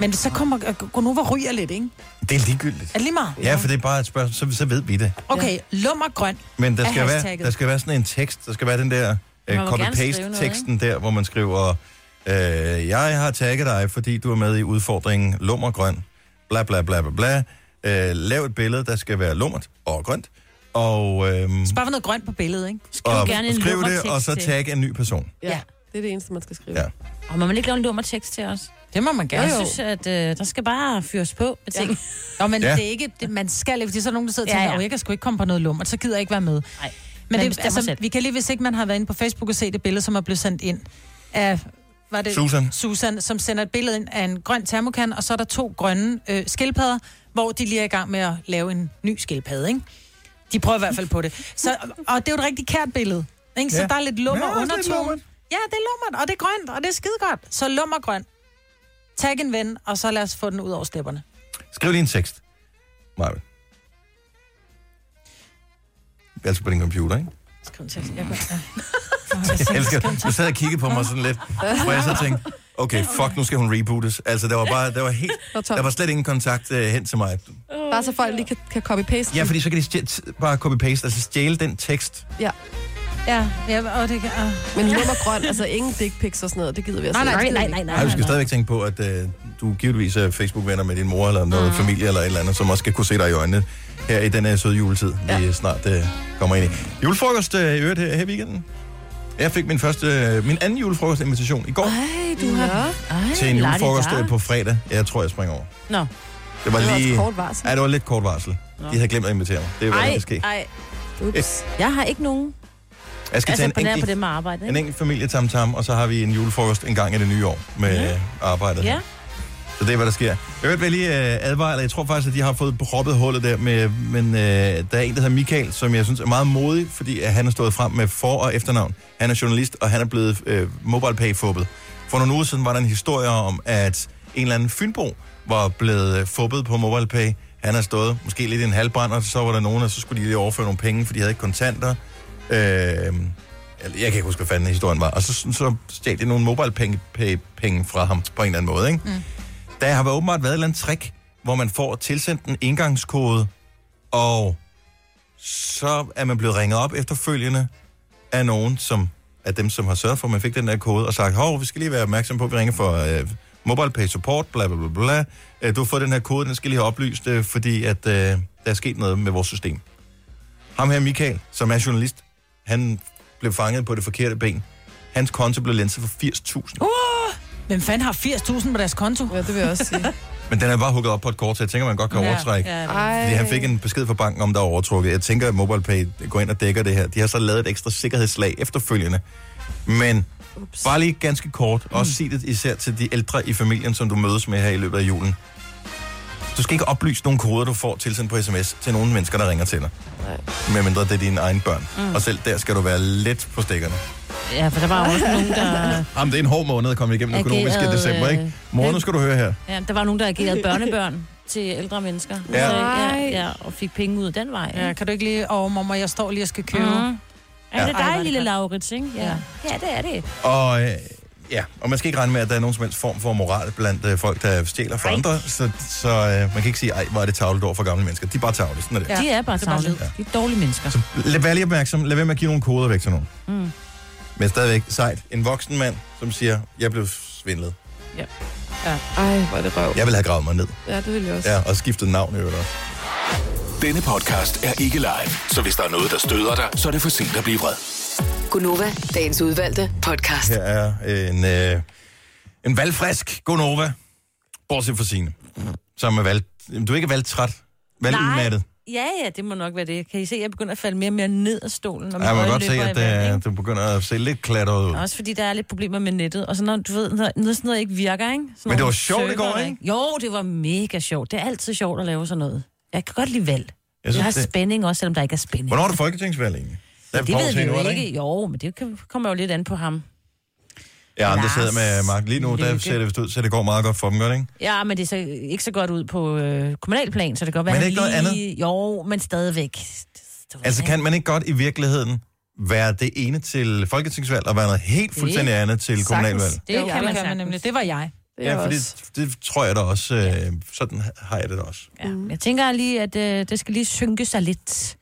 Speaker 5: Men så kommer øh, Gonova ryger lidt, ikke?
Speaker 1: Det er ligegyldigt.
Speaker 5: Er det lige meget?
Speaker 1: Ja, for det er bare et spørgsmål, så, så ved vi det.
Speaker 5: Okay, lummer grøn.
Speaker 1: Men der
Speaker 5: er
Speaker 1: skal, være,
Speaker 5: hashtagget.
Speaker 1: der skal være sådan en tekst, der skal være den der øh,
Speaker 5: Man må gerne skrive noget,
Speaker 1: copy-paste-teksten der, hvor man skriver, øh, jeg har tagget dig, fordi du er med i udfordringen lummergrøn, bla bla bla bla bla. Øh, lav et billede, der skal være lummert og grønt, og, øh,
Speaker 5: Så bare for noget grønt på billedet, ikke?
Speaker 1: og skriv det, og så tag en ny person.
Speaker 3: Ja. Det er det eneste, man skal skrive.
Speaker 1: Ja.
Speaker 4: Og må man ikke lave en lummer tekst til os?
Speaker 5: Det må man gerne.
Speaker 4: Jeg synes, at øh, der skal bare fyres på med ting.
Speaker 5: Nå, men
Speaker 4: Ja.
Speaker 5: ja. det er ikke, det, man skal, fordi så er der nogen, der sidder og
Speaker 4: Ja,
Speaker 5: tænker, ja,
Speaker 4: ja.
Speaker 5: ja. jeg kan sgu ikke komme på noget lummer, så gider jeg ikke være med. Nej. Men
Speaker 4: man
Speaker 5: det,
Speaker 4: bestemmer
Speaker 5: altså,
Speaker 4: selv.
Speaker 5: vi kan lige, hvis ikke man har været inde på Facebook og set det billede, som er blevet sendt ind af... Var det
Speaker 1: Susan.
Speaker 5: Susan, som sender et billede ind af en grøn termokan, og så er der to grønne øh, skildpadder, hvor de lige er i gang med at lave en ny skildpadde, ikke? De prøver i hvert fald på det. Så, og det er jo et rigtig kært billede, ikke? Så
Speaker 4: Ja.
Speaker 5: der er lidt lummer
Speaker 4: Ja, også
Speaker 5: ja,
Speaker 4: lidt
Speaker 5: undertone.
Speaker 4: lummert.
Speaker 5: Ja, det er lummert, og det er grønt, og det er skide godt. Så lummer grøn. Tag en ven, og så lad os få den ud over stepperne.
Speaker 1: Skriv lige en tekst, Marvin. Altså på din computer, ikke?
Speaker 5: Skriv en tekst. Jeg kan...
Speaker 1: Jeg elsker, du sad og kiggede på mig sådan lidt, hvor jeg så tænkte, okay, fuck, nu skal hun rebootes. Altså, der var bare, der var helt, der var slet ingen kontakt øh, hen til mig.
Speaker 3: Bare så folk lige kan, kan copy-paste.
Speaker 1: Ja, fordi så kan de stjæ- t- bare copy-paste, altså stjæle den tekst.
Speaker 3: Ja.
Speaker 5: Ja, ja og det kan... Uh.
Speaker 3: Men lummer grøn, altså ingen dick pics og sådan noget, det gider vi altså
Speaker 5: Nej, nej,
Speaker 3: ikke.
Speaker 5: nej, nej, nej.
Speaker 1: Nej, du skal stadigvæk tænke på, at øh, du givetvis er Facebook-venner med din mor eller noget familie eller et eller andet, som også skal kunne se dig i øjnene her i den her søde juletid, vi snart øh, kommer ind i. Julefrokost øh, i øvrigt her, her i weekenden. Jeg fik min første, øh, min anden julefrokostinvitation i går
Speaker 2: Ej, du har... Ej,
Speaker 1: til en julefrokost øh,
Speaker 2: la-di-da.
Speaker 1: på fredag. Ja, jeg tror, jeg springer over.
Speaker 2: Nå.
Speaker 1: Det var,
Speaker 2: Det var
Speaker 1: lige...
Speaker 2: også kort varsel.
Speaker 1: Ja, det var lidt kort varsel. De havde glemt at invitere mig. Det var
Speaker 2: Ej,
Speaker 1: ikke ske.
Speaker 2: ej. Ups. Jeg har ikke nogen.
Speaker 1: Jeg skal
Speaker 2: altså,
Speaker 1: tage en
Speaker 2: nær på
Speaker 1: enkelt,
Speaker 2: det med arbejde,
Speaker 1: en
Speaker 2: ikke?
Speaker 1: enkelt familie tam tam, og så har vi en julefrokost en gang i det nye år med ja. arbejdet.
Speaker 2: Ja.
Speaker 1: Så det er, hvad der sker. Jeg vil bare lige øh, advare, eller jeg tror faktisk, at de har fået proppet hullet der, med, men øh, der er en, der hedder Michael, som jeg synes er meget modig, fordi at han er stået frem med for- og efternavn. Han er journalist, og han er blevet øh, mobile pay fubbet For nogle uger siden var der en historie om, at en eller anden Fynbo var blevet øh, fubbet på mobile pay. Han har stået måske lidt i en halvbrand, og så var der nogen, og så skulle de lige overføre nogle penge, for de havde ikke kontanter. Øh, eller jeg kan ikke huske, hvad fanden historien var. Og så, så stjal de nogle mobile penge, pay, penge fra ham på en eller anden måde. Ikke? Mm. Der har været åbenbart været et eller andet trick, hvor man får tilsendt en indgangskode, og så er man blevet ringet op efterfølgende af nogen, som er dem, som har sørget for, at man fik den der kode, og sagt, hov, vi skal lige være opmærksom på, at vi ringer for øh, mobile pay support, bla bla bla bla. Øh, du har fået den her kode, den skal lige have oplyst, øh, fordi at, øh, der er sket noget med vores system. Ham her, Michael, som er journalist, han blev fanget på det forkerte ben. Hans konto blev lenset for 80.000.
Speaker 5: Uh! Hvem fanden har 80.000 på deres konto?
Speaker 3: Ja, det vil jeg også sige.
Speaker 1: Men den er bare hukket op på et kort, så jeg tænker, man godt kan
Speaker 5: Ja,
Speaker 1: overtrække.
Speaker 5: ja, det-
Speaker 1: Fordi han fik en besked fra banken om, der er overtrukket. Jeg tænker, at MobilePay går ind og dækker det her. De har så lavet et ekstra sikkerhedslag efterfølgende. Men Ups. bare lige ganske kort, også sig det især til de ældre i familien, som du mødes med her i løbet af julen. Du skal ikke oplyse nogle koder, du får tilsendt på sms til nogle mennesker, der ringer til dig. Nej. Medmindre det er dine egne børn.
Speaker 5: Mm.
Speaker 1: Mm. Og selv der skal du være let på stikkerne.
Speaker 4: Ja, for der var jo også nogen, der...
Speaker 1: Jamen, det øh, er en hård måned at komme igennem den økonomiske
Speaker 4: Agerede,
Speaker 1: december, ikke? Mor, nu skal du høre her.
Speaker 4: Ja, der var nogen, der agerede børnebørn til ældre mennesker.
Speaker 1: Ja.
Speaker 4: Så, ja, ja, og fik penge ud den vej.
Speaker 5: Ja, kan du ikke lige... Åh, oh, mamma, jeg står lige og skal købe.
Speaker 4: Mm. Ja. Er det
Speaker 5: Ej, hvor
Speaker 4: dig,
Speaker 5: er det
Speaker 4: lille
Speaker 5: godt.
Speaker 4: Laurits, ikke? Ja. ja, det er det.
Speaker 1: Og øh, ja, og man skal ikke regne med, at der er nogen som helst form for moral blandt øh, folk, der stjæler fra andre. Så, så øh, man kan ikke sige, ej, hvor er det tavlet over for gamle mennesker. De er bare tavle, sådan er det.
Speaker 4: Ja. De er bare tavlet. De er dårlige mennesker. Så...
Speaker 1: Lad være lige opmærksom. Lad være med at give nogle koder væk til nogen.
Speaker 4: Mm.
Speaker 1: Men stadigvæk sejt. En voksen mand, som siger, jeg blev svindlet.
Speaker 3: Ja. ja. Ej, hvor er det røv.
Speaker 1: Jeg vil have gravet mig ned.
Speaker 3: Ja, det vil jeg også.
Speaker 1: Ja, og skiftet navn i øvrigt også.
Speaker 7: Denne podcast er ikke live, så hvis der er noget, der støder dig, så er det for sent at blive vred.
Speaker 8: Gunova, dagens udvalgte podcast.
Speaker 1: Her er en, øh, en valgfrisk Gonova, bortset fra sine, som er valgt... Du er ikke valgtræt, valgudmattet.
Speaker 4: Ja, ja, det må nok være det. Kan I se, at jeg begynder at falde mere og mere ned af stolen? når
Speaker 1: Ja,
Speaker 4: mine
Speaker 1: man kan
Speaker 4: øjne
Speaker 1: godt se,
Speaker 4: løber
Speaker 1: at
Speaker 4: i vand,
Speaker 1: øh,
Speaker 4: ikke?
Speaker 1: du begynder at se lidt klatret ud.
Speaker 4: Også fordi der er lidt problemer med nettet. Og så når du ved, når, når sådan noget ikke virker, ikke? Sådan
Speaker 1: Men det
Speaker 4: nogle
Speaker 1: var sjovt i
Speaker 4: server,
Speaker 1: går, ikke?
Speaker 4: Jo, det var mega sjovt. Det er altid sjovt at lave sådan noget. Jeg kan godt lide valg. Jeg,
Speaker 1: synes,
Speaker 4: jeg har
Speaker 1: det-
Speaker 4: spænding også, selvom der ikke er spænding.
Speaker 1: Hvornår er det folketingsvalg egentlig? Der er
Speaker 4: Det
Speaker 1: et par år
Speaker 4: ved
Speaker 1: til
Speaker 4: vi
Speaker 1: nu, er
Speaker 4: jo
Speaker 1: der
Speaker 4: ikke. Jo, men det kan- kommer jo lidt an på ham.
Speaker 1: Ja, det
Speaker 4: Lars
Speaker 1: sidder med Mark lige nu, der
Speaker 4: Lykke.
Speaker 1: ser det vist ud til, at det går meget godt for dem, gør det ikke?
Speaker 4: Ja, men det er så ikke så godt ud på øh, kommunalplan, så det kan godt være,
Speaker 1: Men er
Speaker 4: han
Speaker 1: det ikke noget
Speaker 4: lige... Jo, men stadigvæk.
Speaker 1: Altså kan man ikke godt i virkeligheden være det ene til folketingsvalg, og være noget helt fuldstændig andet til kommunalvalg?
Speaker 5: Det jo, kan man, kan man nemlig. Det var jeg.
Speaker 1: Ja, for det, det tror jeg da også. Øh, sådan har jeg det da også.
Speaker 4: Ja, men Mm. jeg tænker lige, at øh, det skal lige synke sig lidt.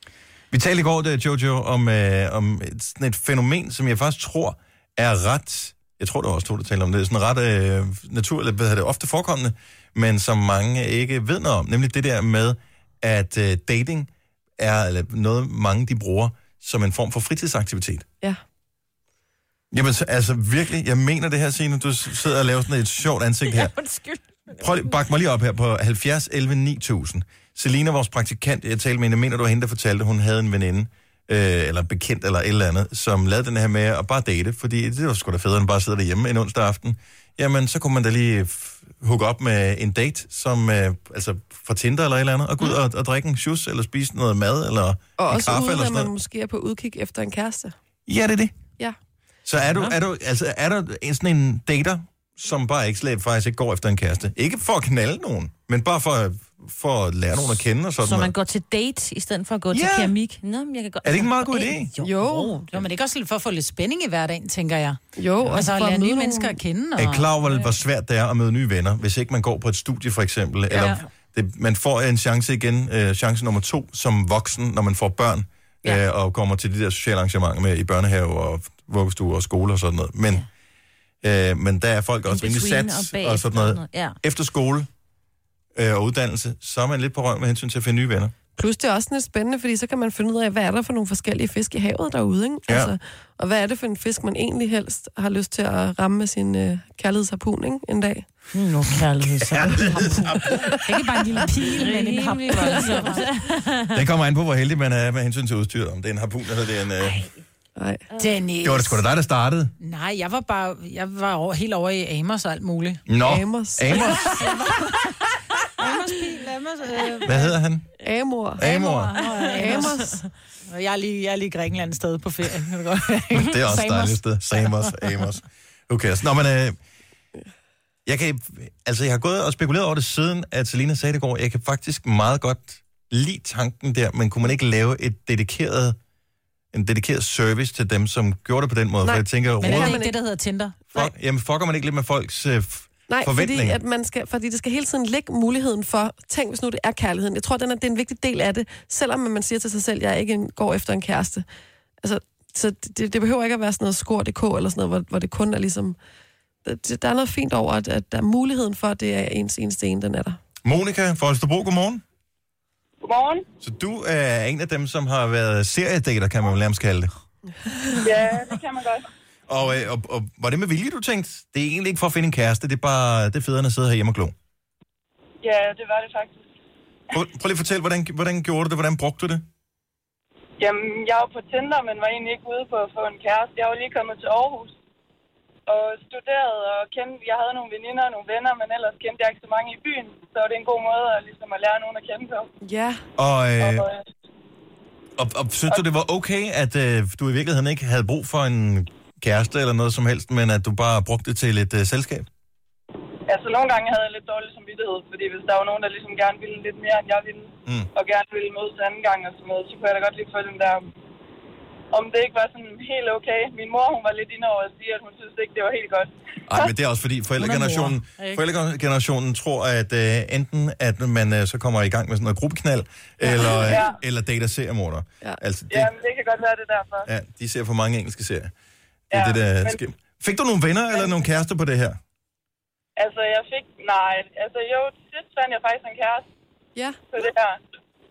Speaker 1: Vi talte i går, der, Jojo, om, øh, om et, sådan et fænomen, som jeg faktisk tror er ret... Jeg tror, det var også to, der talte om det. Sådan ret øh, naturligt, hvad hedder det, ofte forekommende, men som mange ikke ved noget om. Nemlig det der med, at øh, dating er eller noget, mange de bruger som en form for fritidsaktivitet.
Speaker 3: Ja.
Speaker 1: Jamen, så, altså virkelig, jeg mener det her, Signe. Du s- sidder og laver sådan et sjovt ansigt her.
Speaker 4: Undskyld.
Speaker 1: Prøv lige, bak mig lige op her på 70 11 9000. Selina, vores praktikant, jeg talte med hende, jeg mener, du var hende, der fortalte, hun havde en veninde, øh, eller en bekendt, eller et eller andet, som lavede den her med at bare date, fordi det var sgu da federe, end bare at sidde derhjemme en onsdag aften. Jamen, så kunne man da lige f- hooke op med en date, som, øh, altså fra Tinder eller et eller andet, og gå ud og, og drikke en shoes, eller spise noget mad, eller
Speaker 3: Mm. Og
Speaker 1: en
Speaker 3: også
Speaker 1: kaffe,
Speaker 3: uden,
Speaker 1: eller
Speaker 3: at
Speaker 1: sådan
Speaker 3: man
Speaker 1: noget.
Speaker 3: måske er på udkig efter en kæreste.
Speaker 1: Ja, det er det.
Speaker 3: Ja.
Speaker 1: Så er du, er du, altså, er du en- sådan en dater, som bare ikke slet faktisk ikke går efter en kæreste? Ikke for at knalde nogen, men bare for, for at lære nogen at kende og sådan
Speaker 4: Så man
Speaker 1: noget.
Speaker 4: går til date, i stedet for at gå til
Speaker 1: Ja.
Speaker 4: keramik. Nå, men jeg kan godt...
Speaker 1: Er det ikke en meget god idé?
Speaker 4: Jo.
Speaker 5: Jo. jo, men det er også lidt for at få lidt spænding i hverdagen, tænker jeg.
Speaker 3: Jo,
Speaker 5: og så
Speaker 3: for at
Speaker 5: lære
Speaker 3: møde
Speaker 5: nye
Speaker 3: nogle-
Speaker 5: mennesker at kende.
Speaker 1: Er I
Speaker 5: Og...
Speaker 1: klar over, hvor svært det er at møde nye venner, hvis ikke man går på et studie for eksempel? Ja. Eller det, man får en chance igen, øh, chance nummer to, som voksen, når man får børn, ja. øh, og kommer til de der sociale arrangementer med i børnehave og vuggestue og skole og sådan noget. Men, ja. øh, men der er folk også rimelig
Speaker 4: between
Speaker 1: sat
Speaker 4: og
Speaker 1: og,
Speaker 4: bagefter
Speaker 1: og sådan noget.
Speaker 4: og sådan noget, ja.
Speaker 1: Efter skole øh, og uddannelse, så er man lidt på røven med hensyn til at finde nye venner.
Speaker 3: Plus det er også sådan lidt spændende, fordi så kan man finde ud af, hvad er der for nogle forskellige fisk i havet derude, ikke? Altså,
Speaker 1: Ja.
Speaker 3: og hvad er det for en fisk, man egentlig helst har lyst til at ramme med sin øh, kærlighedsharpun, ikke? En dag.
Speaker 4: Nu kærlighed, så.
Speaker 5: Ikke bare en lille pige, men en ham.
Speaker 4: Rimelig voldsomt.
Speaker 1: Det kommer an på, hvor heldig man er med hensyn til udstyret. Om det er en harpun, eller det er en... Øh...
Speaker 5: Dennis.
Speaker 1: Det var det sgu da dig, der startede.
Speaker 5: Nej, jeg var bare jeg var over, helt over i Amos og alt muligt.
Speaker 1: Nå,
Speaker 3: Amos.
Speaker 1: Amos.
Speaker 5: Amos bil, Amos... Øh,
Speaker 1: Hvad hedder han?
Speaker 3: Amor.
Speaker 1: Amor.
Speaker 5: Amos. Og jeg er lige, jeg er lige i Grækenland et sted på ferie. Kan du godt høre?
Speaker 1: Det er også et
Speaker 5: Samos.
Speaker 1: dejligt sted. Samos, Amos. Okay, nå, men... Øh, jeg, kan, altså, jeg har gået og spekuleret over det siden, at Selina sagde det i går. Jeg kan faktisk meget godt lide tanken der, men kunne man ikke lave et dedikeret, en dedikeret service til dem, som gjorde det på den måde?
Speaker 3: Nej,
Speaker 1: for jeg tænker,
Speaker 5: Men det er
Speaker 1: råder,
Speaker 5: ikke det, der hedder Tinder.
Speaker 1: fuck, jamen, fucker man ikke lidt med folks øh, f-
Speaker 3: Nej, fordi,
Speaker 1: forventninger?
Speaker 3: at man skal, fordi det skal hele tiden lægge muligheden for, tænk hvis nu det er kærligheden. Jeg tror, den er, det er en vigtig del af det, selvom man siger til sig selv, jeg ikke en- går efter en kæreste. Altså, så det, det behøver ikke at være sådan noget skor.dk eller sådan noget, hvor, hvor det kun er ligesom... Der, der er noget fint over, at, at der er muligheden for, at det er ens eneste en, den er der.
Speaker 1: Monika fra Holstebro, godmorgen.
Speaker 11: Godmorgen.
Speaker 1: Så du er en af dem, som har været seriedater, kan man vel nærmest kalde det.
Speaker 11: Ja, det kan man godt.
Speaker 1: Og, øh, og, og var det med vilje, du tænkte? Det er egentlig ikke for at finde en kæreste, det er bare det er federe, end at sidde herhjemme og glo.
Speaker 11: Ja, det var det faktisk.
Speaker 1: Prøv, prøv lige at fortælle, hvordan, hvordan gjorde du det? Hvordan brugte du det?
Speaker 11: Jamen, jeg var på Tinder, men var egentlig ikke ude på at få en kæreste. Jeg var lige kommet til Aarhus og studerede og kendte. Jeg havde nogle veninder og nogle venner, men ellers kendte jeg ikke så mange i byen. Så det er en god måde at, ligesom, at lære nogen at kende på.
Speaker 3: Ja.
Speaker 1: Og, øh,
Speaker 11: Og, øh,
Speaker 1: og, og synes du, det var okay, at øh, du i virkeligheden ikke havde brug for en kæreste eller noget som helst, men at du bare brugte det til et øh, selskab?
Speaker 11: Altså, nogle gange havde jeg lidt dårlig samvittighed, fordi hvis der var nogen, der ligesom gerne ville lidt mere, end jeg ville,
Speaker 1: Mm.
Speaker 11: og gerne ville mødes anden gang og sådan noget, så kunne jeg da godt lige få den der, om det ikke var sådan helt okay. Min mor, hun var lidt inde over at sige, at hun synes ikke, det var helt godt.
Speaker 1: Nej, men det er også fordi forældregenerationen,
Speaker 11: mor, ikke?
Speaker 1: forældregenerationen tror, at øh, enten at man øh, så kommer i gang med sådan noget gruppeknald, eller, øh,
Speaker 11: Ja.
Speaker 1: eller dater seriemorder.
Speaker 11: Ja.
Speaker 1: Altså, det,
Speaker 11: Jamen, det kan godt være det er derfor.
Speaker 1: ja, de ser for mange engelske serier. Det er ja,
Speaker 11: Ja,
Speaker 1: det, der
Speaker 11: men-
Speaker 1: sker. Fik du nogle venner eller nogle kærester på det her?
Speaker 11: Altså, jeg fik... Nej, altså jo, til sidst fandt jeg faktisk en kæreste.
Speaker 3: Ja.
Speaker 11: På det her.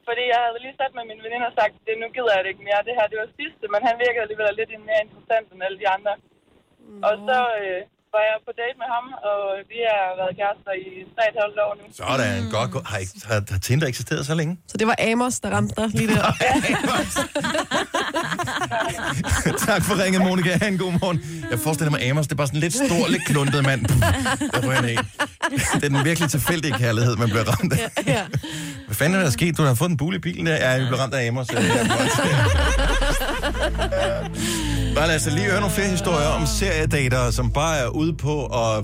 Speaker 11: Fordi jeg havde lige sat med min veninde og sagt, det nu gider jeg det ikke mere. Det her, det var sidste, men han virkede alligevel lidt mere interessant end alle de andre. Og så øh, var jeg på date med ham, og vi har været kærester i 3,5 år nu.
Speaker 1: Sådan, mm. godt. godt. Har, ikke- har, har Tinder eksisteret så længe?
Speaker 3: Så det var Amos, der ramte dig lige der.
Speaker 1: tak for ringet, Monika. Ha' en god morgen. Jeg forestiller mig Amos, det er bare sådan en lidt stor, lidt kluntet mand. Pff, Der rører han af. Det er den virkelig tilfældige kærlighed, man bliver ramt af.
Speaker 3: ja.
Speaker 1: Hvad fanden er der sket? Du har fået en bule i bilen der. Ja, jeg blev ramt af Amos. øh, Ja, det er godt. Bare lad os da lige høre nogle flere historier om seriedater, som bare er ude på at,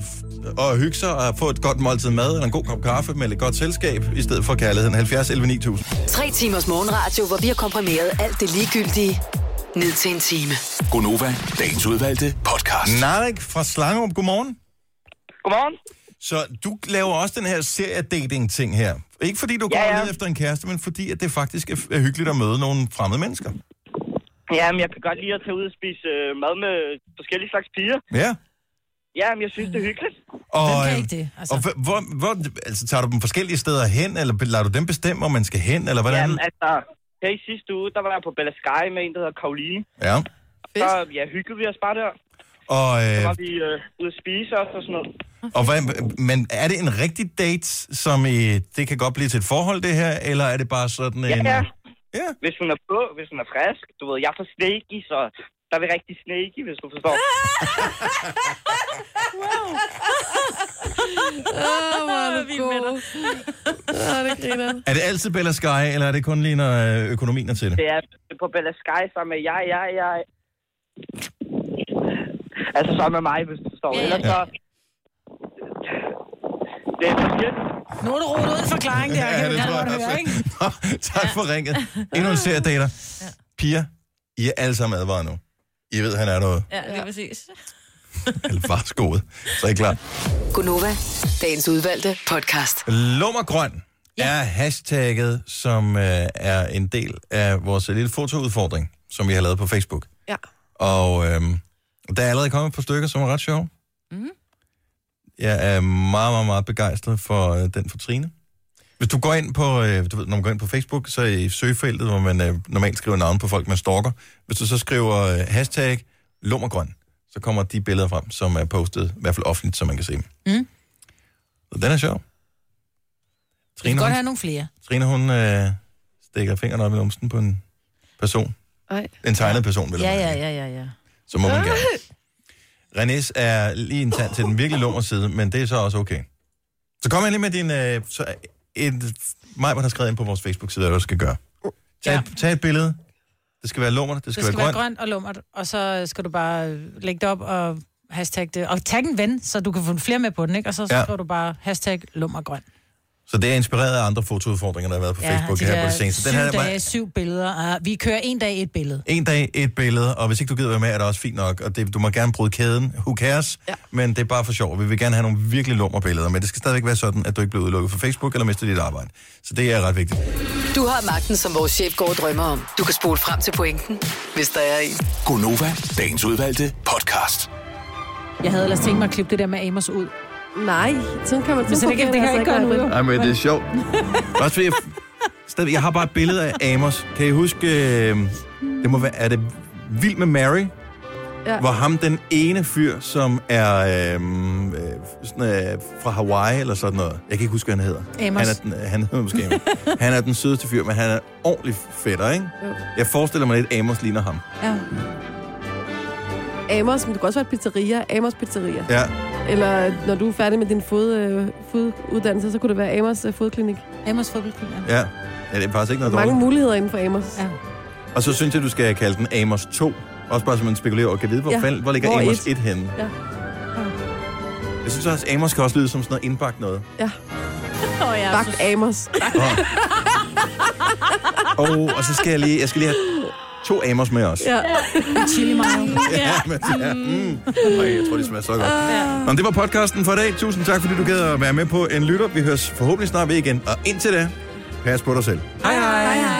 Speaker 1: at hygge sig og få et godt måltid mad eller en god kop kaffe med lidt godt selskab, i stedet for kærligheden 70 11 9000.
Speaker 8: Tre timers morgenradio, hvor vi har komprimeret alt det ligegyldige ned til en time.
Speaker 7: Gonova, dagens udvalgte podcast.
Speaker 1: Narek fra Slangerup, godmorgen.
Speaker 14: Godmorgen.
Speaker 1: Så du laver også den her seriedating-ting her. Ikke fordi du går ja, ja. ned efter en kæreste, men fordi at det faktisk er f- er hyggeligt at møde nogle fremmede mennesker.
Speaker 14: Jamen, jeg kan godt lide at tage ud og spise øh, mad med forskellige slags piger.
Speaker 1: Ja.
Speaker 14: Jamen, jeg synes, det er hyggeligt.
Speaker 1: Og,
Speaker 14: Hvem kan
Speaker 1: øh,
Speaker 14: ikke det, altså?
Speaker 1: Og hvor, hvor, hvor, altså, tager du dem forskellige steder hen, eller be- lader du dem bestemme, om man skal hen, eller hvordan?
Speaker 14: Jamen, altså, her i sidste uge, der var jeg på Bella Sky med en, der hedder Karoline.
Speaker 1: Ja.
Speaker 14: Så ja, hyggede vi os bare der.
Speaker 1: Og,
Speaker 14: Så
Speaker 1: øh,
Speaker 14: var vi øh, ude at spise også og sådan noget.
Speaker 1: og hvad, men er det en rigtig date, som i, det kan godt blive til et forhold, det her, eller er det bare sådan en... øh,
Speaker 14: Ja, ja.
Speaker 1: ja.
Speaker 14: Hvis hun er på, hvis hun er frisk. Du ved, jeg er for snaky, så der er vi rigtig snaky, hvis du forstår.
Speaker 3: Åh, hvor er du god.
Speaker 14: Ah,
Speaker 3: Åh, det griner.
Speaker 1: Er det altid Bella Sky, eller er det kun lige, når øh, økonomien er til det?
Speaker 14: Det er på Bella Sky sammen med jeg, jeg, jeg. Altså sammen med mig, hvis du forstår. Ellers så... Det er forkert.
Speaker 5: Nu er du rodet ud en forklaring der, kan vi godt høre, ikke?
Speaker 1: Nå, tak for ringet. Endnu en serie dater. Piger, I er alle sammen advaret nu. I ved, han er noget.
Speaker 4: Ja, det er præcis.
Speaker 1: Eller var skoet. Så er I klar.
Speaker 8: Gunova, dagens udvalgte podcast.
Speaker 1: Lummergrøn er hashtagget, som øh, er en del af vores lille fotoudfordring, som vi har lavet på Facebook.
Speaker 3: Ja.
Speaker 1: Og øh, der er allerede kommet et par stykker, som er ret sjove.
Speaker 3: Mhm.
Speaker 1: Jeg er meget, meget, meget begejstret for øh, den for Trine. Hvis du går ind på, øh, du ved, når man går ind på Facebook, så i søgefeltet, hvor man øh, normalt skriver navn på folk, man stalker. Hvis du så skriver øh, hashtag lummergrøn, så kommer de billeder frem, som er postet, i hvert fald offentligt, så man kan se dem.
Speaker 5: Mm.
Speaker 1: Så den er sjov.
Speaker 5: Vi kan
Speaker 1: Trine,
Speaker 5: godt
Speaker 1: hun,
Speaker 5: have nogle flere.
Speaker 1: Trine, hun øh, stikker fingeren op i lumsen på en person.
Speaker 5: Ej.
Speaker 1: En tegnet person, vil jeg
Speaker 2: Ja,
Speaker 1: mærke.
Speaker 2: ja, ja, ja, ja.
Speaker 1: Så må man gerne. Renés er lige en tand til den virkelig lummer side, men det er så også okay. Så kom endelig med din... Øh, så en, mig, har skrevet ind på vores Facebook-side, hvad du skal gøre. Tag, ja. tag et billede. Det skal være lummer, det skal,
Speaker 5: Det skal, det skal
Speaker 1: være
Speaker 5: være
Speaker 1: grønt.
Speaker 5: grønt og lummert, og så skal du bare lægge det op og hashtag det. Og tag en ven, så du kan få flere med på den, ikke? Og så
Speaker 1: Ja.
Speaker 5: ja. skriver du bare hashtag lummergrøn.
Speaker 1: Så det er inspireret af andre fotoudfordringer, der har været på Facebook
Speaker 5: de
Speaker 1: her
Speaker 5: der
Speaker 1: på det seneste.
Speaker 5: syv
Speaker 1: her er bare-
Speaker 5: dage, syv billeder. Uh, vi kører en dag et billede.
Speaker 1: En dag, et billede, og hvis ikke du gider være med, er det også fint nok. Og det, du må gerne bryde kæden, who cares, ja. men det er bare for sjov. Vi vil gerne have nogle virkelig lummer billeder, men det skal stadigvæk være sådan, at du ikke bliver udelukket fra Facebook eller mister dit arbejde. Så det er ret vigtigt.
Speaker 8: Du har magten, som vores chef går og drømmer om. Du kan spole frem til pointen, hvis der er en.
Speaker 7: Gonova, dagens udvalgte podcast.
Speaker 5: Jeg havde ellers tænkt mig at klippe det der med Amos ud.
Speaker 3: Nej, sådan kan man...
Speaker 5: Men så det kan, det kan jeg ikke gøre nu. jo.
Speaker 1: Ej, men det er sjovt. Også fordi jeg, stadig, jeg har bare et billede af Amos. Kan I huske, øh, det må være, er det Vild med Mary?
Speaker 3: Ja.
Speaker 1: Hvor ham den ene fyr, som er øh, øh, sådan, øh, fra Hawaii eller sådan noget. Jeg kan ikke huske, hvad han hedder.
Speaker 5: Amos.
Speaker 1: Han er den, øh, han hedder måske Amos. Han er den sødeste fyr, men han er ordentlig fætter, ikke?
Speaker 3: Jo.
Speaker 1: Jeg forestiller mig lidt, at Amos ligner ham.
Speaker 3: Ja. Amos, men det kan også være et pizzeria. Amos Pizzeria.
Speaker 1: Ja.
Speaker 3: Eller når du er færdig med din fod, øh, foduddannelse, så kunne det være Amos øh, fodklinik.
Speaker 5: Amos fodklinik.
Speaker 1: Ja. ja det er faktisk ikke noget
Speaker 3: Mange
Speaker 1: dårligt.
Speaker 3: muligheder inden for Amos. Ja.
Speaker 1: Og så synes jeg, du skal kalde den Amos 2. Også bare, så man spekulerer og kan vide, hvor, ja.
Speaker 3: Ja.
Speaker 1: fanden, hvor ligger
Speaker 3: Hvor er
Speaker 1: Amos
Speaker 3: et?
Speaker 1: 1 henne.
Speaker 3: Ja.
Speaker 1: Jeg synes også, Amos kan også lyde som sådan noget indbagt noget.
Speaker 3: Ja.
Speaker 4: Oh, ja,
Speaker 3: Bagt Amos.
Speaker 1: Og, og så skal jeg lige, jeg skal lige have to Amos med os.
Speaker 3: ja.
Speaker 4: Chili mayo.
Speaker 1: Ja, men, ja. Mm. Ej, jeg tror, det smager så godt. Ja. Nå, men det var podcasten for i dag. Tusind tak, fordi du gad at være med på en lytter. Vi høres forhåbentlig snart ved igen. Og indtil da, pas på dig selv.
Speaker 4: Hej, hej. hej, hej.